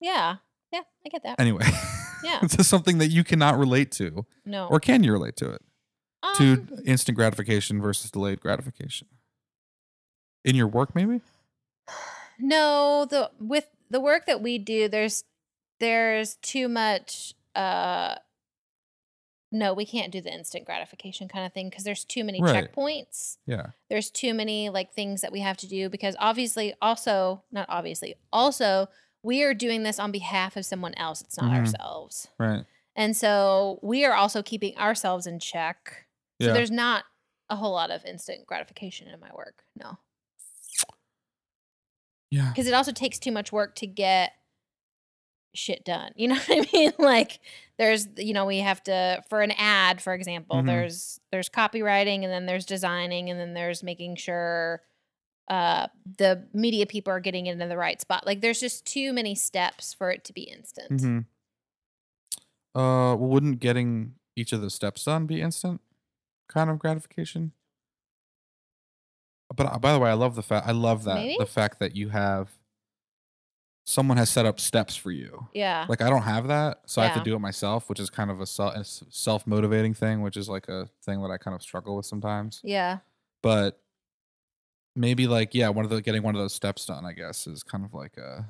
[SPEAKER 2] Yeah. Yeah. I get that.
[SPEAKER 3] Anyway,
[SPEAKER 2] Yeah.
[SPEAKER 3] this is something that you cannot relate to,
[SPEAKER 2] No.
[SPEAKER 3] or can you relate to it? to
[SPEAKER 2] Um,
[SPEAKER 3] instant gratification versus delayed gratification in your work maybe
[SPEAKER 2] No, the with the work that we do, there's there's too much uh no, we can't do the instant gratification kind of thing because there's too many
[SPEAKER 3] Right.
[SPEAKER 2] checkpoints.
[SPEAKER 3] yeah
[SPEAKER 2] There's too many like things that we have to do because obviously also, not obviously, also we are doing this on behalf of someone else. It's not
[SPEAKER 3] Mhm.
[SPEAKER 2] ourselves.
[SPEAKER 3] right
[SPEAKER 2] And so we are also keeping ourselves in check. So
[SPEAKER 3] yeah
[SPEAKER 2] there's not a whole lot of instant gratification in my work. No.
[SPEAKER 3] yeah
[SPEAKER 2] because it also takes too much work to get shit done. You know what I mean? Like there's you know we have to for an ad for example,
[SPEAKER 3] Mhm.
[SPEAKER 2] there's there's copywriting and then there's designing and then there's making sure uh the media people are getting it into the right spot. Like there's just too many steps for it to be instant.
[SPEAKER 3] hmm uh well, wouldn't getting each of the steps done be instant kind of gratification but uh, by the way i love the fact i love that
[SPEAKER 2] Maybe?
[SPEAKER 3] the fact that you have someone has set up steps for you
[SPEAKER 2] Yeah.
[SPEAKER 3] like i don't have that so i have
[SPEAKER 2] Yeah.
[SPEAKER 3] to do it myself which is kind of a sel- a s- self-motivating thing which is like a thing that i kind of struggle with sometimes
[SPEAKER 2] yeah.
[SPEAKER 3] but maybe like yeah one of the getting one of those steps done i guess is kind of like a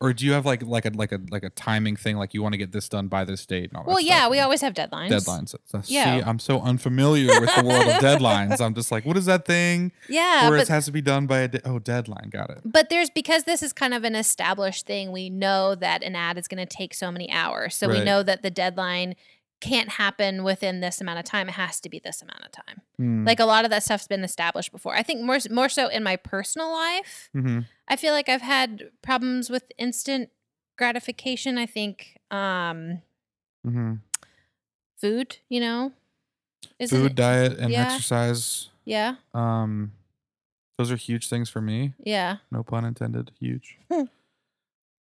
[SPEAKER 3] or do you have like like a like a like a timing thing like you want to get this done by this date and all that
[SPEAKER 2] Well,
[SPEAKER 3] stuff,
[SPEAKER 2] yeah, we
[SPEAKER 3] and
[SPEAKER 2] always have deadlines.
[SPEAKER 3] deadlines So- see
[SPEAKER 2] Yeah.
[SPEAKER 3] i'm so unfamiliar with the world of deadlines i'm just like what is that thing
[SPEAKER 2] Yeah,
[SPEAKER 3] where it
[SPEAKER 2] but
[SPEAKER 3] has to be done by a de- oh deadline got it
[SPEAKER 2] But there's because this is kind of an established thing, we know that an ad is going to take so many hours. So we
[SPEAKER 3] Right.
[SPEAKER 2] know that the deadline can't happen within this amount of time. It has to be this amount of time.
[SPEAKER 3] Hmm.
[SPEAKER 2] Like a lot of that stuff's been established before. I think more s- more so in my personal life,
[SPEAKER 3] Mhm.
[SPEAKER 2] I feel like I've had problems with instant gratification. I think um
[SPEAKER 3] Mhm.
[SPEAKER 2] food, you know. Is
[SPEAKER 3] food
[SPEAKER 2] it,
[SPEAKER 3] diet and
[SPEAKER 2] yeah.
[SPEAKER 3] exercise
[SPEAKER 2] yeah.
[SPEAKER 3] um those are huge things for me
[SPEAKER 2] Yeah.
[SPEAKER 3] no pun intended huge
[SPEAKER 2] Hmm.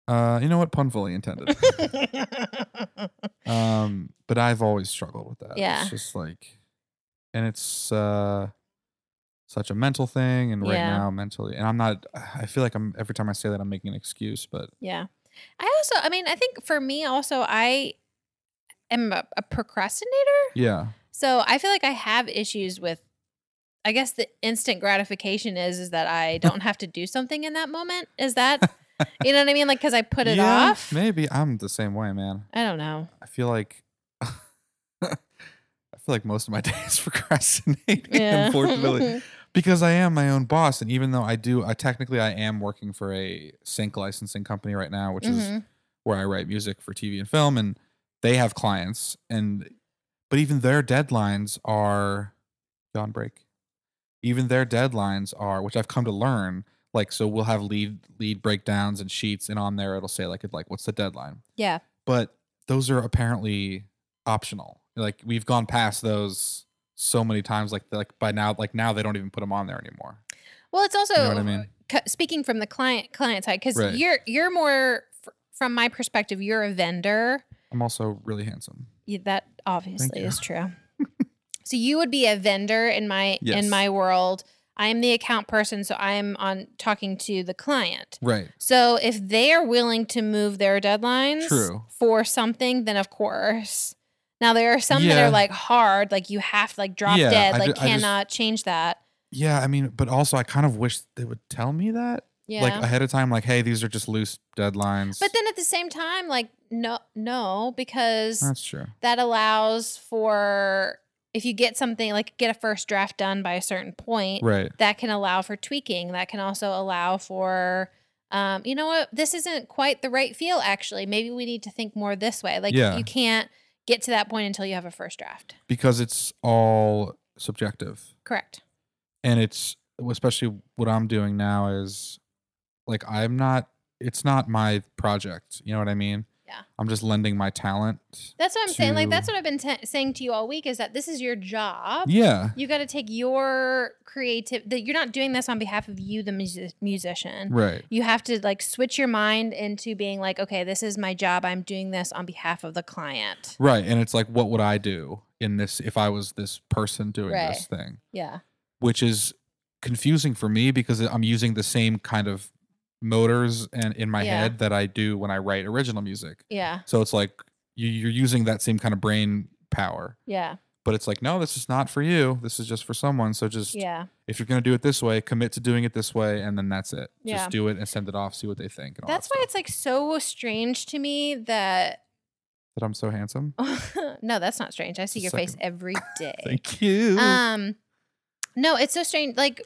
[SPEAKER 3] uh you know what pun fully intended um but i've always struggled with that
[SPEAKER 2] Yeah.
[SPEAKER 3] it's just like and it's uh such a mental thing and right
[SPEAKER 2] Yeah.
[SPEAKER 3] now mentally and i'm not i feel like i'm every time i say that i'm making an excuse but
[SPEAKER 2] Yeah. I also, I mean, I think for me also, I am a, a procrastinator.
[SPEAKER 3] yeah
[SPEAKER 2] So I feel like I have issues with, I guess the instant gratification is, is that I don't have to do something in that moment. Is that, you know what I mean? Like, cause I put it
[SPEAKER 3] Yeah,
[SPEAKER 2] off.
[SPEAKER 3] maybe i'm the same way man
[SPEAKER 2] I don't know.
[SPEAKER 3] i feel like i feel like most of my day is procrastinating
[SPEAKER 2] Yeah.
[SPEAKER 3] unfortunately because I am my own boss, and even though I do, I technically I am working for a sync licensing company right now, which is
[SPEAKER 2] Mhm.
[SPEAKER 3] where I write music for TV and film, and they have clients, and but even their deadlines are gone break. Even their deadlines are, which I've come to learn, like so we'll have lead lead breakdowns and sheets, and on there it'll say like it like what's the deadline,
[SPEAKER 2] Yeah.
[SPEAKER 3] but those are apparently optional. Like we've gone past those so many times. Like like by now, like now they don't even put them on there anymore.
[SPEAKER 2] Well, it's also
[SPEAKER 3] You know what I mean?
[SPEAKER 2] cu- speaking from the client, client side, cause
[SPEAKER 3] Right.
[SPEAKER 2] you're, you're more, fr- from my perspective, you're a vendor.
[SPEAKER 3] I'm also really handsome.
[SPEAKER 2] Yeah, that obviously
[SPEAKER 3] you.
[SPEAKER 2] is true. so you would be a vendor in my
[SPEAKER 3] Yes.
[SPEAKER 2] in my world. I am the account person, so I am on talking to the client.
[SPEAKER 3] Right.
[SPEAKER 2] So if they are willing to move their deadlines
[SPEAKER 3] True.
[SPEAKER 2] for something, then of course. Now there are some that
[SPEAKER 3] Yeah.
[SPEAKER 2] are like hard, like you have to like drop
[SPEAKER 3] Yeah,
[SPEAKER 2] dead,
[SPEAKER 3] I
[SPEAKER 2] like
[SPEAKER 3] ju- I just-
[SPEAKER 2] cannot change that.
[SPEAKER 3] Yeah, I mean, but also I kind of wish they would tell me that
[SPEAKER 2] Yeah.
[SPEAKER 3] like ahead of time, like, hey, these are just loose deadlines.
[SPEAKER 2] but then at the same time, like no no, because
[SPEAKER 3] that's true.
[SPEAKER 2] that allows for if you get something like get a first draft done by a certain point,
[SPEAKER 3] Right.
[SPEAKER 2] that can allow for tweaking. That can also allow for um, you know what, this isn't quite the right feel actually. Maybe we need to think more this way. Like
[SPEAKER 3] Yeah.
[SPEAKER 2] you can't get to that point until you have a first draft.
[SPEAKER 3] Because it's all subjective.
[SPEAKER 2] Correct.
[SPEAKER 3] and it's especially what I'm doing now is like I'm not it's not my project, you know what I mean?
[SPEAKER 2] Yeah.
[SPEAKER 3] I'm just lending my talent.
[SPEAKER 2] That's what I'm saying. Like
[SPEAKER 3] to-
[SPEAKER 2] that's what I've been te- saying to you all week is that this is your job.
[SPEAKER 3] Yeah.
[SPEAKER 2] You got to take your creative. That you're not doing this on behalf of you, the music- musician.
[SPEAKER 3] Right.
[SPEAKER 2] You have to like switch your mind into being like, okay, this is my job. I'm doing this on behalf of the client.
[SPEAKER 3] Right. And it's like what would I do in this if I was this person doing
[SPEAKER 2] Right.
[SPEAKER 3] this thing?
[SPEAKER 2] Yeah.
[SPEAKER 3] Which is confusing for me because I'm using the same kind of motors and in my
[SPEAKER 2] Yeah.
[SPEAKER 3] head that I do when I write original music.
[SPEAKER 2] Yeah.
[SPEAKER 3] So it's like you, you're using that same kind of brain power.
[SPEAKER 2] Yeah.
[SPEAKER 3] But it's like, no, this is not for you. This is just for someone. So just
[SPEAKER 2] Yeah.
[SPEAKER 3] if you're going to do it this way, commit to doing it this way, and then that's it.
[SPEAKER 2] Yeah.
[SPEAKER 3] Just do it and send it off, see what they think. And all
[SPEAKER 2] That's
[SPEAKER 3] that
[SPEAKER 2] why
[SPEAKER 3] stuff.
[SPEAKER 2] it's like so strange to me that.
[SPEAKER 3] that I'm so handsome.
[SPEAKER 2] no, that's not strange. I see your
[SPEAKER 3] Just
[SPEAKER 2] face
[SPEAKER 3] second.
[SPEAKER 2] every day.
[SPEAKER 3] Thank you.
[SPEAKER 2] Um, no, it's so strange. Like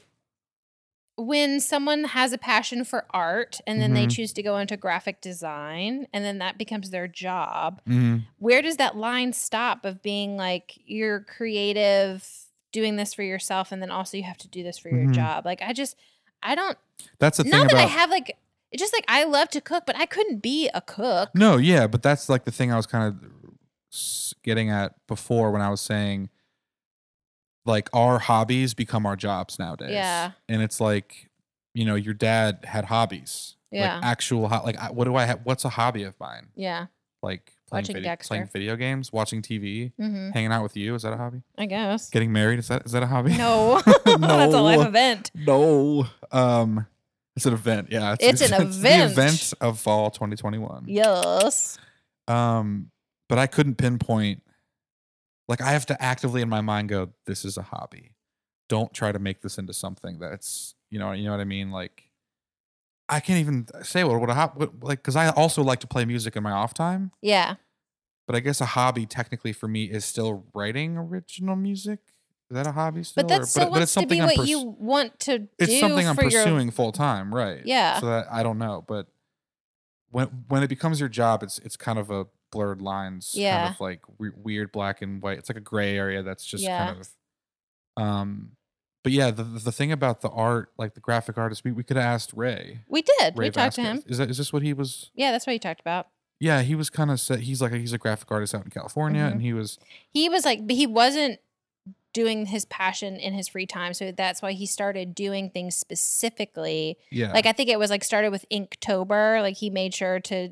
[SPEAKER 2] when someone has a passion for art and then they
[SPEAKER 3] Mhm.
[SPEAKER 2] choose to go into graphic design and then that becomes their job,
[SPEAKER 3] Mhm.
[SPEAKER 2] where does that line stop of being like you're creative, doing this for yourself, and then also you have to do this for your
[SPEAKER 3] Mhm.
[SPEAKER 2] job? Like, I just, I don't,
[SPEAKER 3] That's the thing
[SPEAKER 2] not that
[SPEAKER 3] about.
[SPEAKER 2] I have like, it's just like I love to cook, but I couldn't be a cook.
[SPEAKER 3] no, yeah, but that's like the thing I was kind of getting at before when I was saying, like, our hobbies become our jobs nowadays.
[SPEAKER 2] Yeah.
[SPEAKER 3] And it's like, you know, your dad had hobbies.
[SPEAKER 2] Yeah.
[SPEAKER 3] Like actual, ho- like, I- what do I have? What's a hobby of mine?
[SPEAKER 2] Yeah.
[SPEAKER 3] Like playing,
[SPEAKER 2] Watching
[SPEAKER 3] video, playing
[SPEAKER 2] Dexter.
[SPEAKER 3] video games, watching TV,
[SPEAKER 2] hmm
[SPEAKER 3] hanging out with you. Is that a hobby?
[SPEAKER 2] I guess.
[SPEAKER 3] Getting married is that is that a hobby?
[SPEAKER 2] No. that's a
[SPEAKER 3] No.
[SPEAKER 2] life event.
[SPEAKER 3] No. Um it's an event. Yeah.
[SPEAKER 2] It's an
[SPEAKER 3] The event of fall 2021.
[SPEAKER 2] Yes.
[SPEAKER 3] Um but I couldn't pinpoint like I have to actively in my mind go this is a hobby. Don't try to make this into something that's, you know, you know what I mean like I can't even say what what a hobby what, like cuz I also like to play music in my off time,
[SPEAKER 2] Yeah.
[SPEAKER 3] but I guess a hobby technically for me is still writing original music. Is that a hobby still?
[SPEAKER 2] But that's
[SPEAKER 3] or,
[SPEAKER 2] so wants to be
[SPEAKER 3] I'm
[SPEAKER 2] what
[SPEAKER 3] purs-
[SPEAKER 2] you want to
[SPEAKER 3] it's
[SPEAKER 2] do
[SPEAKER 3] something I'm
[SPEAKER 2] for your-
[SPEAKER 3] pursuing full time, right?
[SPEAKER 2] Yeah.
[SPEAKER 3] So that I don't know, but when when it becomes your job, it's it's kind of a blurred lines,
[SPEAKER 2] Yeah.
[SPEAKER 3] kind of like we- weird black and white. It's like a gray area that's just kind of,
[SPEAKER 2] Yeah.
[SPEAKER 3] um, but yeah, the the thing about the art, like the graphic artist, we, we could have asked Ray.
[SPEAKER 2] we did.
[SPEAKER 3] Ray
[SPEAKER 2] we talked to him.
[SPEAKER 3] Vasquez. Is that is this what he was?
[SPEAKER 2] Yeah, that's what he talked about.
[SPEAKER 3] Yeah, he was kind of set. He's like a, he's a graphic artist out in California,
[SPEAKER 2] Mhm.
[SPEAKER 3] and he was
[SPEAKER 2] He was like, but he wasn't doing his passion in his free time, so that's why he started doing things specifically.
[SPEAKER 3] yeah
[SPEAKER 2] Like I think it was like started with Inktober. Like he made sure to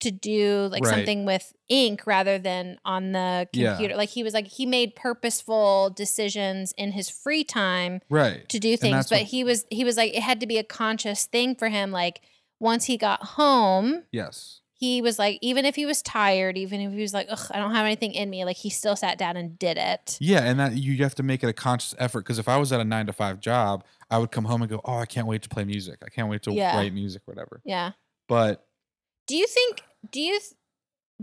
[SPEAKER 2] to do like
[SPEAKER 3] Right.
[SPEAKER 2] something with ink rather than on the
[SPEAKER 3] Yeah.
[SPEAKER 2] computer. Like he was like he made purposeful decisions in his free time
[SPEAKER 3] right.
[SPEAKER 2] to do things
[SPEAKER 3] that's
[SPEAKER 2] but
[SPEAKER 3] what-
[SPEAKER 2] he was he was like it had to be a conscious thing for him like once he got home
[SPEAKER 3] Yes.
[SPEAKER 2] he was like even if he was tired even if he was like Ugh, i don't have anything in me like he still sat down and did it
[SPEAKER 3] Yeah, and that you have to make it a conscious effort because if I was at a nine to five job, I would come home and go, "Oh, I can't wait to play music. I can't wait to
[SPEAKER 2] Yeah.
[SPEAKER 3] write music, whatever."
[SPEAKER 2] yeah
[SPEAKER 3] But
[SPEAKER 2] do you think do you th-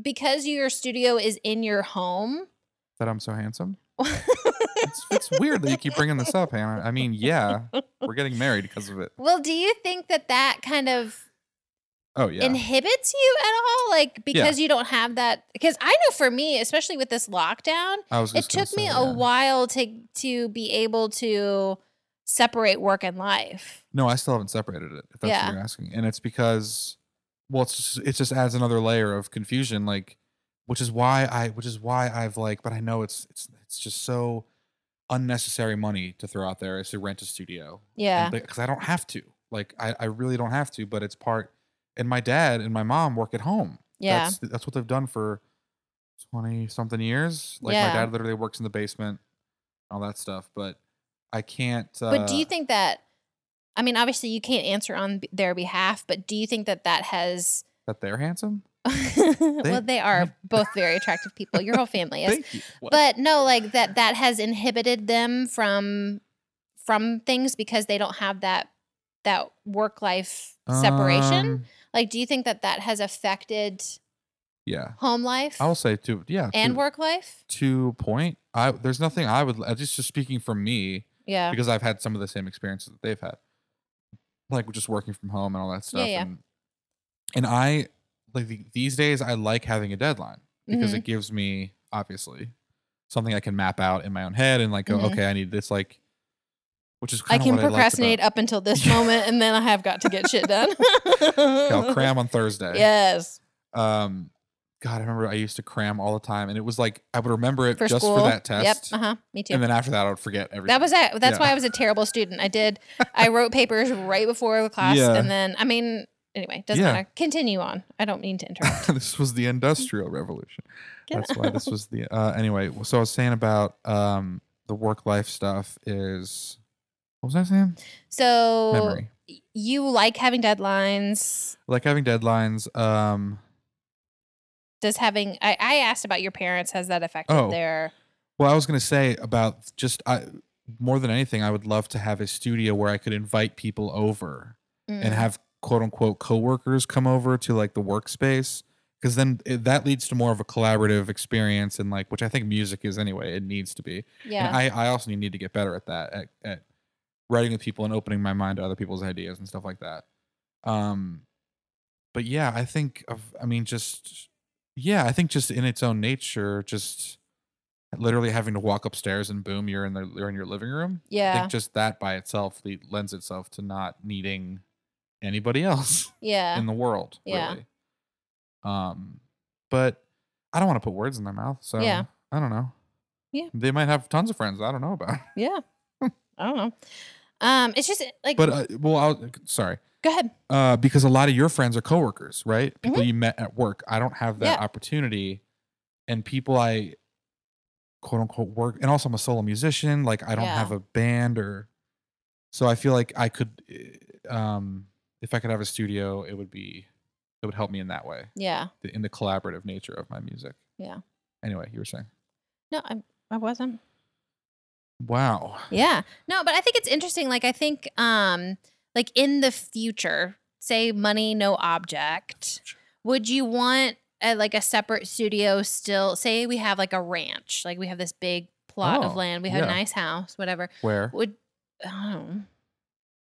[SPEAKER 2] because your studio is in your home
[SPEAKER 3] that I'm so handsome, it's, it's weird that you keep bringing this up, Hannah. I mean, yeah, we're getting married because of it.
[SPEAKER 2] well do you think that that kind of
[SPEAKER 3] Oh yeah,
[SPEAKER 2] inhibits you at all like because you don't have that because i know for me especially with this lockdown
[SPEAKER 3] I was. just
[SPEAKER 2] it
[SPEAKER 3] gonna
[SPEAKER 2] took me
[SPEAKER 3] say,
[SPEAKER 2] a
[SPEAKER 3] yeah.
[SPEAKER 2] while to to be able to separate work and life
[SPEAKER 3] No, I still haven't separated it. If that's
[SPEAKER 2] Yeah.
[SPEAKER 3] what you're asking, and it's because, well, it's just, it just adds another layer of confusion, like, which is why I, which is why I've like, but I know it's it's it's just so unnecessary money to throw out there is to rent a studio
[SPEAKER 2] yeah
[SPEAKER 3] because I don't have to. Like I, I really don't have to, but it's part. And my dad and my mom work at home.
[SPEAKER 2] Yeah.
[SPEAKER 3] that's, that's what they've done for twenty something years. Like
[SPEAKER 2] Yeah.
[SPEAKER 3] my dad literally works in the basement, all that stuff. But I can't. Uh,
[SPEAKER 2] but do you think that i mean obviously you can't answer on b- their behalf but do you think that that has
[SPEAKER 3] that they're handsome?
[SPEAKER 2] well, they are both very attractive people. Your whole family is.
[SPEAKER 3] Thank you. What?
[SPEAKER 2] But no, like that that has inhibited them from from things because they don't have that that work life separation.
[SPEAKER 3] Um,
[SPEAKER 2] like do you think that that has affected
[SPEAKER 3] yeah,
[SPEAKER 2] home life
[SPEAKER 3] I'll say two. Yeah,
[SPEAKER 2] and
[SPEAKER 3] two,
[SPEAKER 2] work life?
[SPEAKER 3] two point. I there's nothing I would I just just speaking for me
[SPEAKER 2] Yeah.
[SPEAKER 3] because I've had some of the same experiences that they've had, like just working from home and all that stuff.
[SPEAKER 2] yeah.
[SPEAKER 3] And, and I like the, these days I like having a deadline because
[SPEAKER 2] Mm-hmm.
[SPEAKER 3] it gives me obviously something I can map out in my own head and like go,
[SPEAKER 2] Mhm.
[SPEAKER 3] okay, I need this like, which is
[SPEAKER 2] I
[SPEAKER 3] kind of
[SPEAKER 2] can
[SPEAKER 3] what
[SPEAKER 2] procrastinate
[SPEAKER 3] I
[SPEAKER 2] up until this
[SPEAKER 3] Yeah.
[SPEAKER 2] moment and then I have got to get shit done.
[SPEAKER 3] liked about- Okay, I'll cram on Thursday.
[SPEAKER 2] Yes.
[SPEAKER 3] Um, God, I remember I used to cram all the time, and it was like I would remember it
[SPEAKER 2] For
[SPEAKER 3] just
[SPEAKER 2] school.
[SPEAKER 3] for that test,
[SPEAKER 2] Yep. Uh huh. Me too.
[SPEAKER 3] and then after that I would forget everything.
[SPEAKER 2] That was it. That's
[SPEAKER 3] Yeah.
[SPEAKER 2] why I was a terrible student. I did. I wrote papers right before the class,
[SPEAKER 3] Yeah.
[SPEAKER 2] and then I mean, anyway, doesn't
[SPEAKER 3] Yeah.
[SPEAKER 2] matter. Continue on. I don't mean to interrupt.
[SPEAKER 3] this was the industrial revolution.
[SPEAKER 2] Get
[SPEAKER 3] That's why this was the uh anyway, so I was saying about um the work life stuff is what was I saying?
[SPEAKER 2] So
[SPEAKER 3] Memory.
[SPEAKER 2] you like having deadlines?
[SPEAKER 3] Like having deadlines. Um
[SPEAKER 2] Does having I, I asked about your parents has that affected
[SPEAKER 3] Oh.
[SPEAKER 2] their?
[SPEAKER 3] well I was gonna say about just I more than anything, I would love to have a studio where I could invite people over and
[SPEAKER 2] Mm.
[SPEAKER 3] have quote unquote coworkers come over to like the workspace because then it, that leads to more of a collaborative experience and like which I think music is anyway. It needs to be.
[SPEAKER 2] yeah.
[SPEAKER 3] And I, I also need to get better at that, at, at writing with people and opening my mind to other people's ideas and stuff like that. Um, but yeah, I think of, I mean, just, yeah, I think just in its own nature, just literally having to walk upstairs and boom, you're in the, you're in your living room. I
[SPEAKER 2] yeah.
[SPEAKER 3] think just that by itself le- lends itself to not needing anybody else
[SPEAKER 2] Yeah.
[SPEAKER 3] in the world.
[SPEAKER 2] Yeah.
[SPEAKER 3] Really. Um, but I don't want to put words in their mouth, so
[SPEAKER 2] Yeah.
[SPEAKER 3] I don't know.
[SPEAKER 2] Yeah.
[SPEAKER 3] They might have tons of friends I don't know about.
[SPEAKER 2] Yeah. I don't know. Um, it's just like.
[SPEAKER 3] Hmm. But uh, well, I was, sorry.
[SPEAKER 2] go ahead.
[SPEAKER 3] Uh, because a lot of your friends are coworkers, right? People you met at work. I don't have that
[SPEAKER 2] Mm-hmm. Yeah.
[SPEAKER 3] opportunity, and people I quote unquote work. And also, I'm a solo musician. Like I don't
[SPEAKER 2] Yeah.
[SPEAKER 3] have a band, or so I feel like I could. eh, Um, if I could have a studio, it would be. It would help me in that way.
[SPEAKER 2] Yeah.
[SPEAKER 3] the, in the collaborative nature of my music.
[SPEAKER 2] Yeah.
[SPEAKER 3] Anyway, you were saying.
[SPEAKER 2] No, I, I wasn't.
[SPEAKER 3] Wow.
[SPEAKER 2] Yeah. No, but I think it's interesting. Like I think um like in the future, say money no object, would you want a, like a separate studio still say we have like a ranch, like we have this big plot
[SPEAKER 3] Oh,
[SPEAKER 2] of land, we have a
[SPEAKER 3] yeah.
[SPEAKER 2] nice house, whatever.
[SPEAKER 3] Where?
[SPEAKER 2] Would um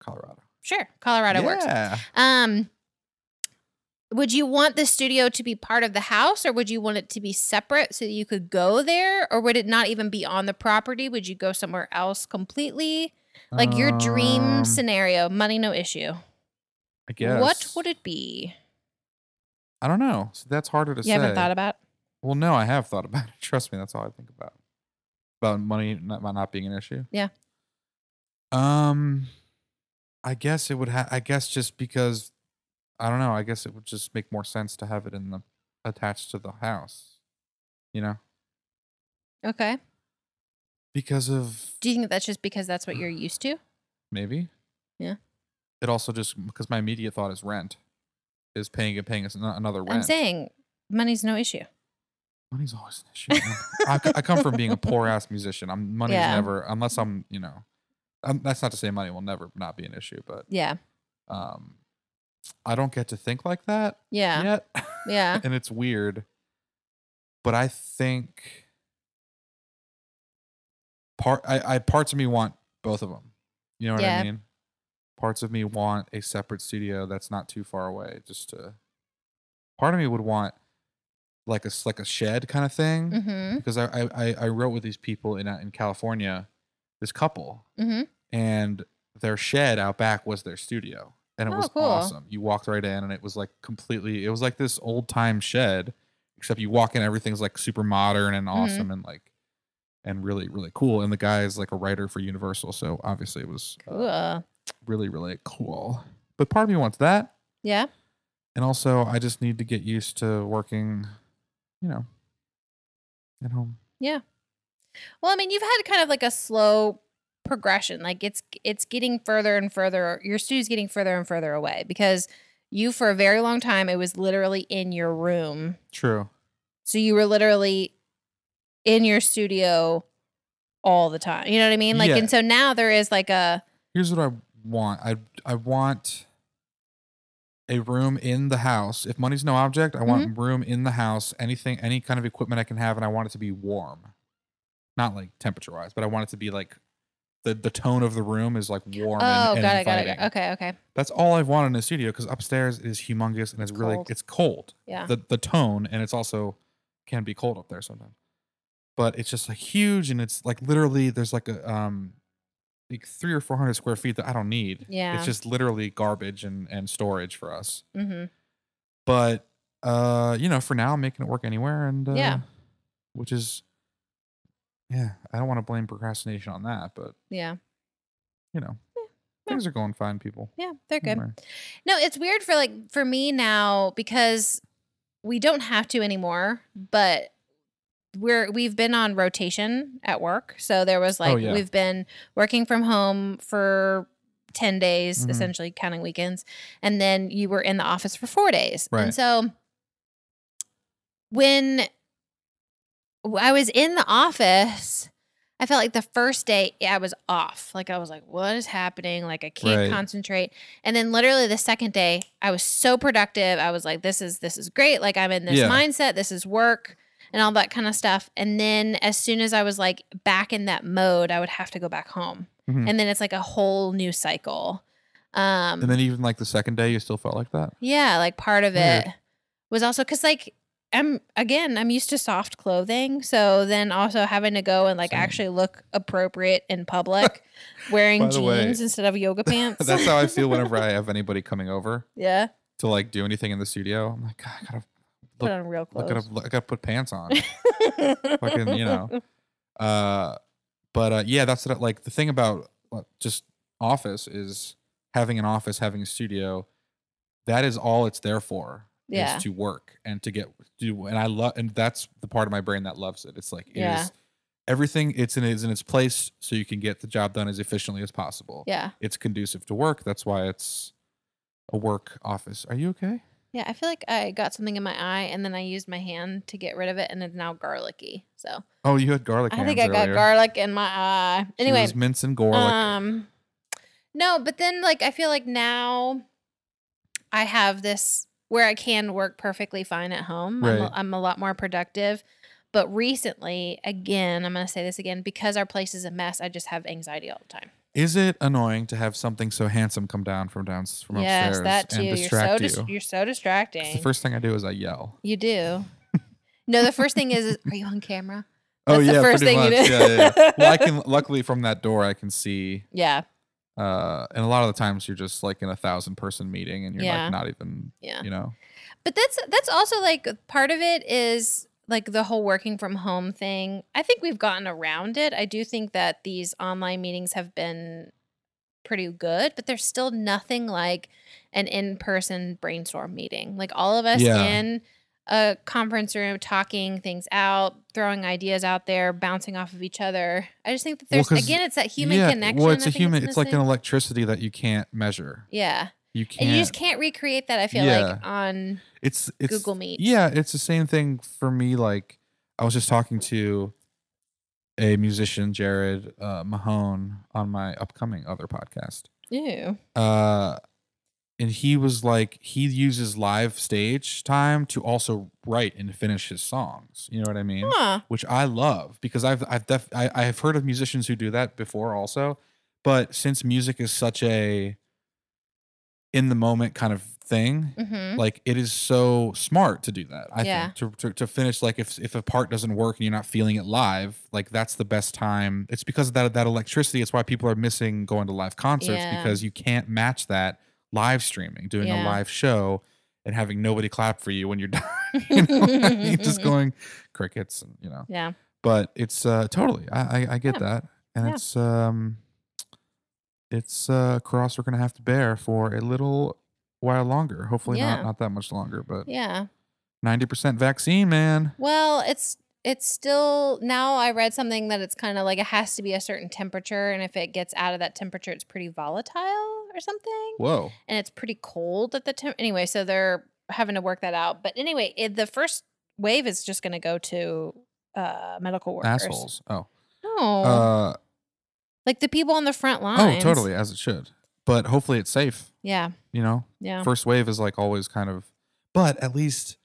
[SPEAKER 3] Colorado.
[SPEAKER 2] sure, Colorado works.
[SPEAKER 3] Yeah.
[SPEAKER 2] Um would you want the studio to be part of the house or would you want it to be separate so that you could go there or would it not even be on the property? Would you go somewhere else completely? Like your dream
[SPEAKER 3] Um,
[SPEAKER 2] scenario, money no issue.
[SPEAKER 3] I guess.
[SPEAKER 2] What would it be?
[SPEAKER 3] I don't know. So that's harder to
[SPEAKER 2] You
[SPEAKER 3] say.
[SPEAKER 2] haven't thought about?
[SPEAKER 3] Well, no, I have thought about it. Trust me, that's all I think about. About money not, about not being an issue.
[SPEAKER 2] Yeah.
[SPEAKER 3] Um, I guess it would have. I guess just because, I don't know. I guess it would just make more sense to have it in the attached to the house. You know,
[SPEAKER 2] Okay.
[SPEAKER 3] because of
[SPEAKER 2] Do you think that's just because that's what you're used to?
[SPEAKER 3] Maybe.
[SPEAKER 2] Yeah.
[SPEAKER 3] It also just because my immediate thought is rent, is paying paying us ano- another rent.
[SPEAKER 2] I'm saying money's no issue.
[SPEAKER 3] money's always an issue. man. I, c- I come from being a poor ass musician. I'm money's
[SPEAKER 2] Yeah.
[SPEAKER 3] never unless I'm you know, um that's not to say money will never not be an issue, but
[SPEAKER 2] Yeah.
[SPEAKER 3] um, I don't get to think like that
[SPEAKER 2] Yeah.
[SPEAKER 3] yet,
[SPEAKER 2] Yeah.
[SPEAKER 3] and it's weird. But I think part I, I parts of me want both of them. You know what
[SPEAKER 2] Yeah.
[SPEAKER 3] I mean? Parts of me want a separate studio that's not too far away, just to. Part of me would want like a s- like a shed kind of thing
[SPEAKER 2] Mm-hmm.
[SPEAKER 3] because I, I I- I wrote with these people in uh, in California, this couple,
[SPEAKER 2] Mm-hmm.
[SPEAKER 3] and their shed out back was their studio, and it
[SPEAKER 2] Oh,
[SPEAKER 3] was
[SPEAKER 2] cool.
[SPEAKER 3] awesome. You walked right in, and it was like completely. It was like this old time shed, except you walk in, everything's like super modern and
[SPEAKER 2] Mm-hmm.
[SPEAKER 3] awesome, and like and really really cool. And the guy is like a writer for Universal, so obviously it was uh,
[SPEAKER 2] Cool.
[SPEAKER 3] really really cool. But part of me wants that,
[SPEAKER 2] Yeah.
[SPEAKER 3] and also I just need to get used to working, you know, at home.
[SPEAKER 2] Well, I mean, you've had kind of like a slow progression. Like it's it's getting further and further. Your studio's getting further and further away because You for a very long time it was literally in your room.
[SPEAKER 3] True.
[SPEAKER 2] So you were literally in your studio all the time. You know what I mean? Like
[SPEAKER 3] Yeah.
[SPEAKER 2] and so now there is like a
[SPEAKER 3] Here's what I want. I I want a room in the house. If money's no object, I want
[SPEAKER 2] Mm-hmm.
[SPEAKER 3] room in the house. Anything, any kind of equipment I can have, and I want it to be warm, not like temperature wise, but I want it to be like the the tone of the room is like warm.
[SPEAKER 2] Oh,
[SPEAKER 3] and, and
[SPEAKER 2] got it, got it, got it.
[SPEAKER 3] inviting.
[SPEAKER 2] Okay, okay.
[SPEAKER 3] That's all I've wanted in a studio because upstairs is humongous and it's, really
[SPEAKER 2] cold.
[SPEAKER 3] it's cold.
[SPEAKER 2] Yeah.
[SPEAKER 3] The the tone and it's also can be cold up there sometimes. But it's just like huge and it's like literally there's like a um like three or four hundred square feet that I don't need.
[SPEAKER 2] Yeah.
[SPEAKER 3] It's just literally garbage and, and storage for us.
[SPEAKER 2] Mm-hmm.
[SPEAKER 3] But uh, you know, for now I'm making it work anywhere and uh,
[SPEAKER 2] Yeah.
[SPEAKER 3] which is yeah, I don't want to blame procrastination on that, but
[SPEAKER 2] Yeah.
[SPEAKER 3] you know,
[SPEAKER 2] yeah.
[SPEAKER 3] things are going fine, people.
[SPEAKER 2] Yeah, they're good.
[SPEAKER 3] Anywhere.
[SPEAKER 2] No, it's weird for like for me now because we don't have to anymore, but we're we've been on rotation at work. So there was like
[SPEAKER 3] Oh, yeah.
[SPEAKER 2] we've been working from home for 10 days
[SPEAKER 3] Mhm.
[SPEAKER 2] essentially counting weekends and then you were in the office for 4 days.
[SPEAKER 3] Right.
[SPEAKER 2] And so when I was in the office I felt like the first day I was off. Like I was like, what is happening? Like I can't
[SPEAKER 3] Right.
[SPEAKER 2] concentrate. And then literally the second day, I was so productive. I was like, this is this is great. Like I'm in this
[SPEAKER 3] Yeah.
[SPEAKER 2] mindset. This is work and all that kind of stuff. And then as soon as I was like back in that mode, I would have to go back home.
[SPEAKER 3] Mhm.
[SPEAKER 2] And then it's like a whole new cycle. Um
[SPEAKER 3] And then even like the second day you still felt like that?
[SPEAKER 2] yeah, like part of
[SPEAKER 3] Weird.
[SPEAKER 2] it was also because like I'm again I'm used to soft clothing, so then also having to go and like
[SPEAKER 3] Same.
[SPEAKER 2] actually look appropriate in public, wearing
[SPEAKER 3] By the
[SPEAKER 2] jeans
[SPEAKER 3] way,
[SPEAKER 2] instead of yoga pants.
[SPEAKER 3] That's how I feel whenever I have anybody coming over
[SPEAKER 2] yeah,
[SPEAKER 3] to like do anything in the studio. I'm like, God, I gotta
[SPEAKER 2] put
[SPEAKER 3] Look-
[SPEAKER 2] on real
[SPEAKER 3] look at
[SPEAKER 2] clothes.
[SPEAKER 3] I gotta put pants on. Fucking, you know. Uh, but uh, yeah, that's what I, like the thing about uh, just office is having an office, having a studio. That is all it's there for.
[SPEAKER 2] Yeah.
[SPEAKER 3] Is to work and to get do and I love and that's the part of my brain that loves it. It's like it is
[SPEAKER 2] Yeah.
[SPEAKER 3] everything it's in is in its place so you can get the job done as efficiently as possible.
[SPEAKER 2] Yeah,
[SPEAKER 3] it's conducive to work. That's why it's a work office. Are you okay?
[SPEAKER 2] yeah. I feel like I got something in my eye, and then I used my hand to get rid of it, and it's now garlicky. So
[SPEAKER 3] Oh, you had garlic.
[SPEAKER 2] I think I
[SPEAKER 3] hands
[SPEAKER 2] got
[SPEAKER 3] earlier.
[SPEAKER 2] garlic in my eye.
[SPEAKER 3] She
[SPEAKER 2] Anyway,
[SPEAKER 3] was mincing garlic.
[SPEAKER 2] Um, no, but then like I feel like now I have this where I can work perfectly fine at home. I'm,
[SPEAKER 3] Right.
[SPEAKER 2] a, I'm a lot more productive. But recently, again, I'm going to say this again because our place is a mess. I just have anxiety all the time.
[SPEAKER 3] Is it annoying to have something so handsome come down from down from
[SPEAKER 2] yes,
[SPEAKER 3] upstairs
[SPEAKER 2] that too.
[SPEAKER 3] and
[SPEAKER 2] You're so
[SPEAKER 3] distract
[SPEAKER 2] dis-
[SPEAKER 3] you?
[SPEAKER 2] you're so
[SPEAKER 3] 'Cause
[SPEAKER 2] distracting.
[SPEAKER 3] The first thing I do is I yell.
[SPEAKER 2] you do. no, the first thing is, is, are you on camera?
[SPEAKER 3] oh
[SPEAKER 2] That's the
[SPEAKER 3] yeah,
[SPEAKER 2] first
[SPEAKER 3] pretty
[SPEAKER 2] thing you
[SPEAKER 3] much.
[SPEAKER 2] do.
[SPEAKER 3] Yeah, yeah, yeah. Well, I can luckily from that door I can see.
[SPEAKER 2] Yeah,
[SPEAKER 3] Uh, and a lot of the times you're just like in a thousand person meeting and you're
[SPEAKER 2] Yeah.
[SPEAKER 3] like not even,
[SPEAKER 2] yeah.
[SPEAKER 3] you know.
[SPEAKER 2] But that's that's also like part of it is like the whole working from home thing. I think we've gotten around it. I do think that these online meetings have been pretty good, but there's still nothing like an in-person brainstorm meeting. Like all of us
[SPEAKER 3] Yeah.
[SPEAKER 2] in a conference room talking things out, throwing ideas out there, bouncing off of each other. I just think that
[SPEAKER 3] Well,
[SPEAKER 2] there's
[SPEAKER 3] 'cause-
[SPEAKER 2] again it's that human
[SPEAKER 3] yeah,
[SPEAKER 2] connection.
[SPEAKER 3] Well, it's
[SPEAKER 2] I
[SPEAKER 3] a
[SPEAKER 2] think
[SPEAKER 3] human. It's, like an
[SPEAKER 2] missing.
[SPEAKER 3] electricity that you can't measure.
[SPEAKER 2] Yeah.
[SPEAKER 3] You can't.
[SPEAKER 2] And you just can't recreate that I feel
[SPEAKER 3] Yeah.
[SPEAKER 2] like on
[SPEAKER 3] it's it's
[SPEAKER 2] Google Meet.
[SPEAKER 3] Yeah, it's the same thing for me. Like I was just talking to a musician, Jared uh, Mahone, on my upcoming other podcast,
[SPEAKER 2] Ew.
[SPEAKER 3] uh, and he was like, he uses live stage time to also write and finish his songs. You know what I mean?
[SPEAKER 2] Huh.
[SPEAKER 3] which I love because I've I've def- I, I've heard of musicians who do that before also, but since music is such a in the moment kind of thing,
[SPEAKER 2] Mhm.
[SPEAKER 3] like it is so smart to do that. I
[SPEAKER 2] Yeah.
[SPEAKER 3] think to, to to finish like if if a part doesn't work and you're not feeling it live, like that's the best time. It's because of that that electricity. It's why people are missing going to live concerts
[SPEAKER 2] Yeah.
[SPEAKER 3] because you can't match that live streaming, doing
[SPEAKER 2] Yeah.
[SPEAKER 3] a live show and having nobody clap for you when you're done. you know, like, just going crickets and you know
[SPEAKER 2] Yeah.
[SPEAKER 3] but it's uh totally i i, I get
[SPEAKER 2] Yeah.
[SPEAKER 3] that and
[SPEAKER 2] Yeah.
[SPEAKER 3] it's um it's uh cross we're gonna have to bear for a little while longer hopefully
[SPEAKER 2] Yeah.
[SPEAKER 3] not not that much longer but
[SPEAKER 2] Yeah.
[SPEAKER 3] 90% vaccine man
[SPEAKER 2] Well, it's it's still now I read something that it's kind of like it has to be a certain temperature and if it gets out of that temperature it's pretty volatile or something
[SPEAKER 3] Whoa.
[SPEAKER 2] and it's pretty cold at the time. Anyway, so they're having to work that out. But anyway, it, the first wave is just going to go to uh, medical workers.
[SPEAKER 3] Assholes. Oh.
[SPEAKER 2] No,
[SPEAKER 3] Uh,
[SPEAKER 2] like the people on the front
[SPEAKER 3] oh,
[SPEAKER 2] line.
[SPEAKER 3] totally, as it should. But hopefully it's safe,
[SPEAKER 2] Yeah,
[SPEAKER 3] you know?
[SPEAKER 2] yeah.
[SPEAKER 3] First wave is like always kind of, but at least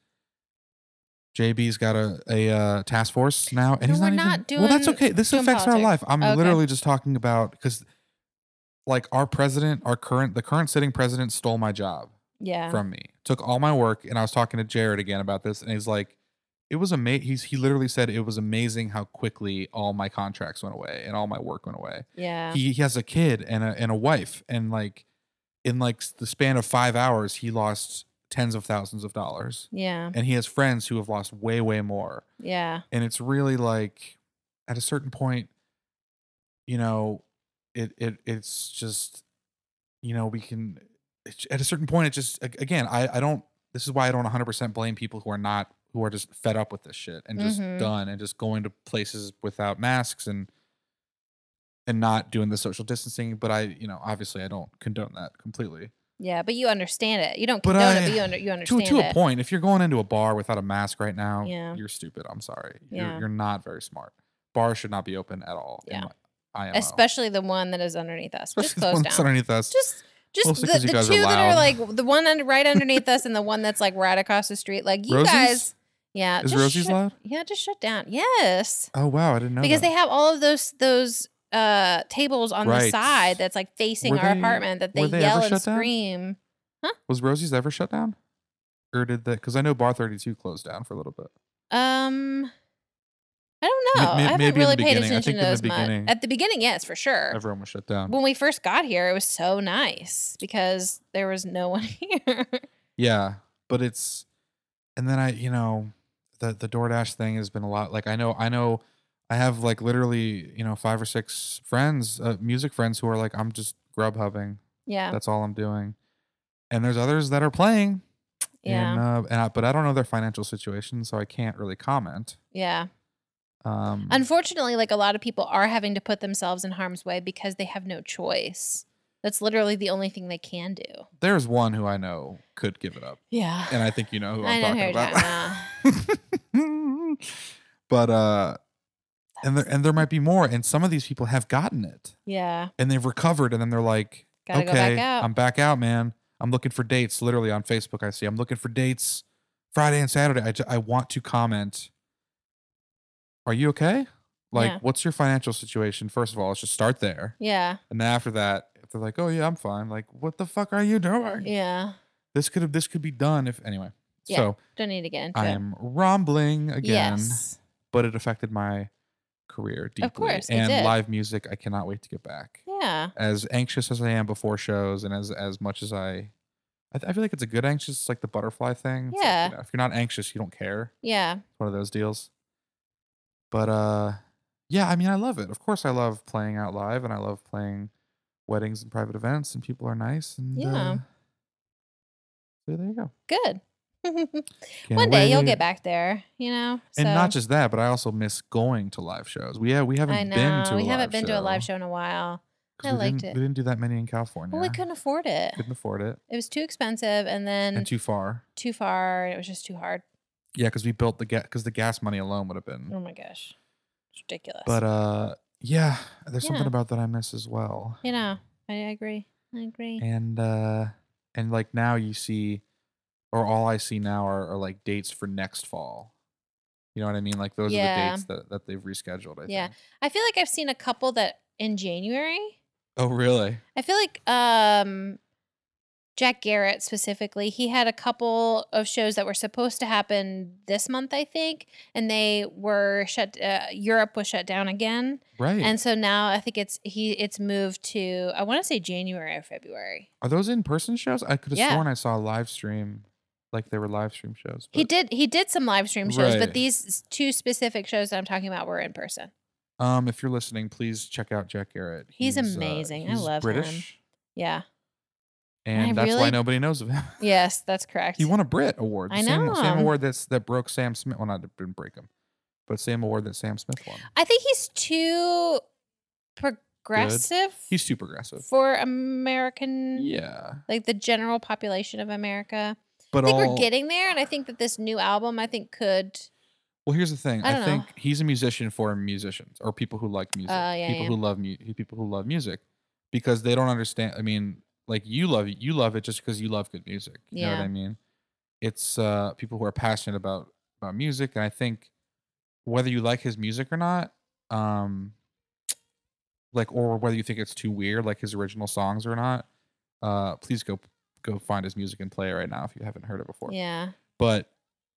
[SPEAKER 3] JB's got a, a uh, task force now. And
[SPEAKER 2] No,
[SPEAKER 3] he's
[SPEAKER 2] we're
[SPEAKER 3] not
[SPEAKER 2] not
[SPEAKER 3] even, Well, that's
[SPEAKER 2] doing-
[SPEAKER 3] okay. This
[SPEAKER 2] doing
[SPEAKER 3] affects our life.
[SPEAKER 2] politics.
[SPEAKER 3] I'm
[SPEAKER 2] Okay.
[SPEAKER 3] literally just talking about because, like, our president, our current, the current sitting president stole my job.
[SPEAKER 2] yeah.
[SPEAKER 3] from me. Took all my work, and I was talking to Jared again about this, and he's like, "It was amazing." He's he literally said it was amazing how quickly all my contracts went away and all my work went away.
[SPEAKER 2] yeah.
[SPEAKER 3] He he has a kid and a and a wife, and like in like s- the span of five hours, he lost tens of thousands of dollars,
[SPEAKER 2] yeah.
[SPEAKER 3] and he has friends who have lost way way more.
[SPEAKER 2] Yeah.
[SPEAKER 3] And it's really like at a certain point, you know, it it it's just you know we can it's- at a certain point it just a- again I I don't this is why I don't 100% blame people who are not who are just fed up with this shit and just
[SPEAKER 2] Mhm.
[SPEAKER 3] done and just going to places without masks and and not doing the social distancing but I you know obviously I don't condone that completely
[SPEAKER 2] Yeah. But you understand it. You don't
[SPEAKER 3] But
[SPEAKER 2] condone
[SPEAKER 3] I-
[SPEAKER 2] it, but you, under, you
[SPEAKER 3] to,
[SPEAKER 2] understand
[SPEAKER 3] to
[SPEAKER 2] it.
[SPEAKER 3] a point if you're going into a bar without a mask right now
[SPEAKER 2] Yeah.
[SPEAKER 3] you're stupid I'm sorry
[SPEAKER 2] Yeah.
[SPEAKER 3] you're, you're not very smart bars should not be open at all in
[SPEAKER 2] Yeah.
[SPEAKER 3] my- IMO.
[SPEAKER 2] Especially the one that is underneath us.
[SPEAKER 3] Especially
[SPEAKER 2] just
[SPEAKER 3] the
[SPEAKER 2] close
[SPEAKER 3] one that's
[SPEAKER 2] down.
[SPEAKER 3] underneath us
[SPEAKER 2] Just. Just
[SPEAKER 3] Mostly
[SPEAKER 2] the,
[SPEAKER 3] 'cause
[SPEAKER 2] the
[SPEAKER 3] you
[SPEAKER 2] two
[SPEAKER 3] guys are
[SPEAKER 2] that are
[SPEAKER 3] loud.
[SPEAKER 2] like the one under, right underneath us and the one that's like right across the street. Like you
[SPEAKER 3] Rosie's?
[SPEAKER 2] guys, yeah.
[SPEAKER 3] is
[SPEAKER 2] just
[SPEAKER 3] Rosie's
[SPEAKER 2] shut-
[SPEAKER 3] loud
[SPEAKER 2] Yeah, just shut down. Yes.
[SPEAKER 3] oh wow I didn't know
[SPEAKER 2] because
[SPEAKER 3] that.
[SPEAKER 2] they have all of those those uh tables on the
[SPEAKER 3] Right.
[SPEAKER 2] side that's like facing
[SPEAKER 3] Were
[SPEAKER 2] our
[SPEAKER 3] they-
[SPEAKER 2] apartment that they,
[SPEAKER 3] were they
[SPEAKER 2] yell
[SPEAKER 3] ever
[SPEAKER 2] and
[SPEAKER 3] shut down?
[SPEAKER 2] scream.
[SPEAKER 3] Was Rosie's ever shut down? Or did that? Because I know Bar 32 closed down for a little bit.
[SPEAKER 2] Um I don't
[SPEAKER 3] Ma-
[SPEAKER 2] know.
[SPEAKER 3] ma-
[SPEAKER 2] I haven't
[SPEAKER 3] maybe in the
[SPEAKER 2] really paid
[SPEAKER 3] beginning. I
[SPEAKER 2] attention
[SPEAKER 3] think
[SPEAKER 2] to
[SPEAKER 3] in the
[SPEAKER 2] those much.
[SPEAKER 3] beginning-
[SPEAKER 2] At the beginning, yes, for sure.
[SPEAKER 3] Everyone was shut down.
[SPEAKER 2] When we first got here, it was so nice because there was no one here.
[SPEAKER 3] yeah, but it's, and then I, you know, the the DoorDash thing has been a lot. Like I know, I know, I have like literally, you know, five or six friends, uh, music friends, who are like, I'm just grub hubbing.
[SPEAKER 2] yeah.
[SPEAKER 3] That's all I'm doing. And there's others that are playing.
[SPEAKER 2] Yeah.
[SPEAKER 3] And, uh, and I, but I don't know their financial situation, so I can't really comment.
[SPEAKER 2] yeah.
[SPEAKER 3] Um,
[SPEAKER 2] Unfortunately, like a lot of people are having to put themselves in harm's way because they have no choice. That's literally the only thing they can do.
[SPEAKER 3] there's one who I know could give it up,
[SPEAKER 2] Yeah.
[SPEAKER 3] and I think you know who
[SPEAKER 2] I
[SPEAKER 3] I'm
[SPEAKER 2] know who
[SPEAKER 3] talking
[SPEAKER 2] you're
[SPEAKER 3] about.
[SPEAKER 2] talking about.
[SPEAKER 3] but uh and there and there might be more and some of these people have gotten it
[SPEAKER 2] Yeah.
[SPEAKER 3] and they've recovered and then they're like
[SPEAKER 2] Gotta
[SPEAKER 3] okay
[SPEAKER 2] go back out.
[SPEAKER 3] i'm back out man i'm looking for dates literally on facebook i see i'm looking for dates friday and saturday i, ju- I want to comment are you okay like
[SPEAKER 2] Yeah.
[SPEAKER 3] what's your financial situation first of all let's just start there
[SPEAKER 2] yeah.
[SPEAKER 3] and then after that if they're like oh yeah i'm fine like what the fuck are you doing
[SPEAKER 2] Yeah.
[SPEAKER 3] this could have this could be done if anyway
[SPEAKER 2] Yeah,
[SPEAKER 3] so
[SPEAKER 2] Don't need to get into
[SPEAKER 3] i
[SPEAKER 2] it.
[SPEAKER 3] am rambling again
[SPEAKER 2] Yes.
[SPEAKER 3] but it affected my career deeply.
[SPEAKER 2] course, it
[SPEAKER 3] and
[SPEAKER 2] did.
[SPEAKER 3] live music, I cannot wait to get back.
[SPEAKER 2] Yeah.
[SPEAKER 3] As anxious as I am before shows, and as as much as I, I, th- I feel like it's a good anxious, it's like the butterfly thing. It's like, you
[SPEAKER 2] Yeah.
[SPEAKER 3] know, if you're not anxious, you don't care.
[SPEAKER 2] Yeah.
[SPEAKER 3] It's one of those deals. But uh, yeah, I mean, I love it. Of course, I love playing out live, and I love playing weddings and private events, and people are nice. And
[SPEAKER 2] Yeah.
[SPEAKER 3] uh, so there you go.
[SPEAKER 2] Good.
[SPEAKER 3] Can't
[SPEAKER 2] One day you'll
[SPEAKER 3] wait.
[SPEAKER 2] get back there, you know? So,
[SPEAKER 3] And not just that, but I also miss going to live shows. We yeah, we haven't
[SPEAKER 2] I know.
[SPEAKER 3] been to a
[SPEAKER 2] we
[SPEAKER 3] live
[SPEAKER 2] haven't been
[SPEAKER 3] show.
[SPEAKER 2] to a live show in a while.
[SPEAKER 3] 'Cause
[SPEAKER 2] I
[SPEAKER 3] we
[SPEAKER 2] liked
[SPEAKER 3] didn't-
[SPEAKER 2] it.
[SPEAKER 3] We didn't do that many in California.
[SPEAKER 2] Well, we couldn't afford it.
[SPEAKER 3] Couldn't afford it
[SPEAKER 2] It was too expensive and then
[SPEAKER 3] and
[SPEAKER 2] too,
[SPEAKER 3] too far.
[SPEAKER 2] far. and It was just too hard.
[SPEAKER 3] Yeah, because we built the gas because the gas money alone would have been.
[SPEAKER 2] Oh my gosh. It's ridiculous.
[SPEAKER 3] But uh, yeah, there's
[SPEAKER 2] Yeah.
[SPEAKER 3] something about that I miss as well.
[SPEAKER 2] you know, I agree. I agree.
[SPEAKER 3] And uh, and like now you see, or all I see now are, are like dates for next fall. You know what I mean? Like those
[SPEAKER 2] Yeah.
[SPEAKER 3] are the dates that, that they've rescheduled. I
[SPEAKER 2] Yeah.
[SPEAKER 3] think.
[SPEAKER 2] I feel like I've seen a couple that in January
[SPEAKER 3] Oh really?
[SPEAKER 2] I feel like um Jack Garrett specifically, he had a couple of shows that were supposed to happen this month, I think, and they were shut. Uh, Europe was shut down again,
[SPEAKER 3] Right.
[SPEAKER 2] and so now I think it's he it's moved to I want to say January or February.
[SPEAKER 3] Are those in person shows? I could have
[SPEAKER 2] Yeah.
[SPEAKER 3] sworn I saw a live stream, like they were live stream shows.
[SPEAKER 2] He
[SPEAKER 3] but-
[SPEAKER 2] did he did some live stream shows, but
[SPEAKER 3] Right.
[SPEAKER 2] these s- two specific shows that I'm talking about were in person.
[SPEAKER 3] Um, if you're listening, please check out Jack Garrett.
[SPEAKER 2] He's
[SPEAKER 3] uh,
[SPEAKER 2] amazing. I love him.
[SPEAKER 3] British,
[SPEAKER 2] Yeah.
[SPEAKER 3] and
[SPEAKER 2] I
[SPEAKER 3] that's why
[SPEAKER 2] really-
[SPEAKER 3] nobody knows of him.
[SPEAKER 2] Yes, that's correct.
[SPEAKER 3] he won a Brit award. the
[SPEAKER 2] I
[SPEAKER 3] same,
[SPEAKER 2] know
[SPEAKER 3] same
[SPEAKER 2] him.
[SPEAKER 3] award that's that broke Sam Smith. Well, not didn't break him, but same award that Sam Smith won.
[SPEAKER 2] I think he's too aggressive
[SPEAKER 3] He's super aggressive.
[SPEAKER 2] for American,
[SPEAKER 3] Yeah,
[SPEAKER 2] like the general population of America.
[SPEAKER 3] but
[SPEAKER 2] I think
[SPEAKER 3] all
[SPEAKER 2] we're getting there, and I think that this new album, I think, could.
[SPEAKER 3] well, here's the thing.
[SPEAKER 2] I
[SPEAKER 3] I,
[SPEAKER 2] don't know.
[SPEAKER 3] think he's a musician for musicians or people who like music,
[SPEAKER 2] Oh, yeah,
[SPEAKER 3] people
[SPEAKER 2] yeah.
[SPEAKER 3] who love mu- people who love music, because they don't understand. I mean, like you love it, you love it just because you love good music. You know
[SPEAKER 2] Yeah.
[SPEAKER 3] what I mean? It's uh, people who are passionate about about music, and I think whether you like his music or not, um, like or whether you think it's too weird, like his original songs or not, uh, please go go find his music and play it right now if you haven't heard it before.
[SPEAKER 2] Yeah,
[SPEAKER 3] But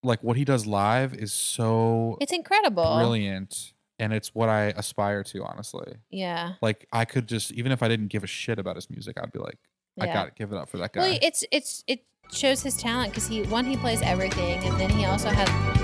[SPEAKER 3] like what he does live is so
[SPEAKER 2] it's incredible.
[SPEAKER 3] brilliant, and it's what I aspire to, honestly.
[SPEAKER 2] Yeah,
[SPEAKER 3] Like I could just even if I didn't give a shit about his music, I'd be like,
[SPEAKER 2] yeah.
[SPEAKER 3] I got to give it up for that guy.
[SPEAKER 2] Well, it's it's it shows his talent because he one he plays everything, and then he also has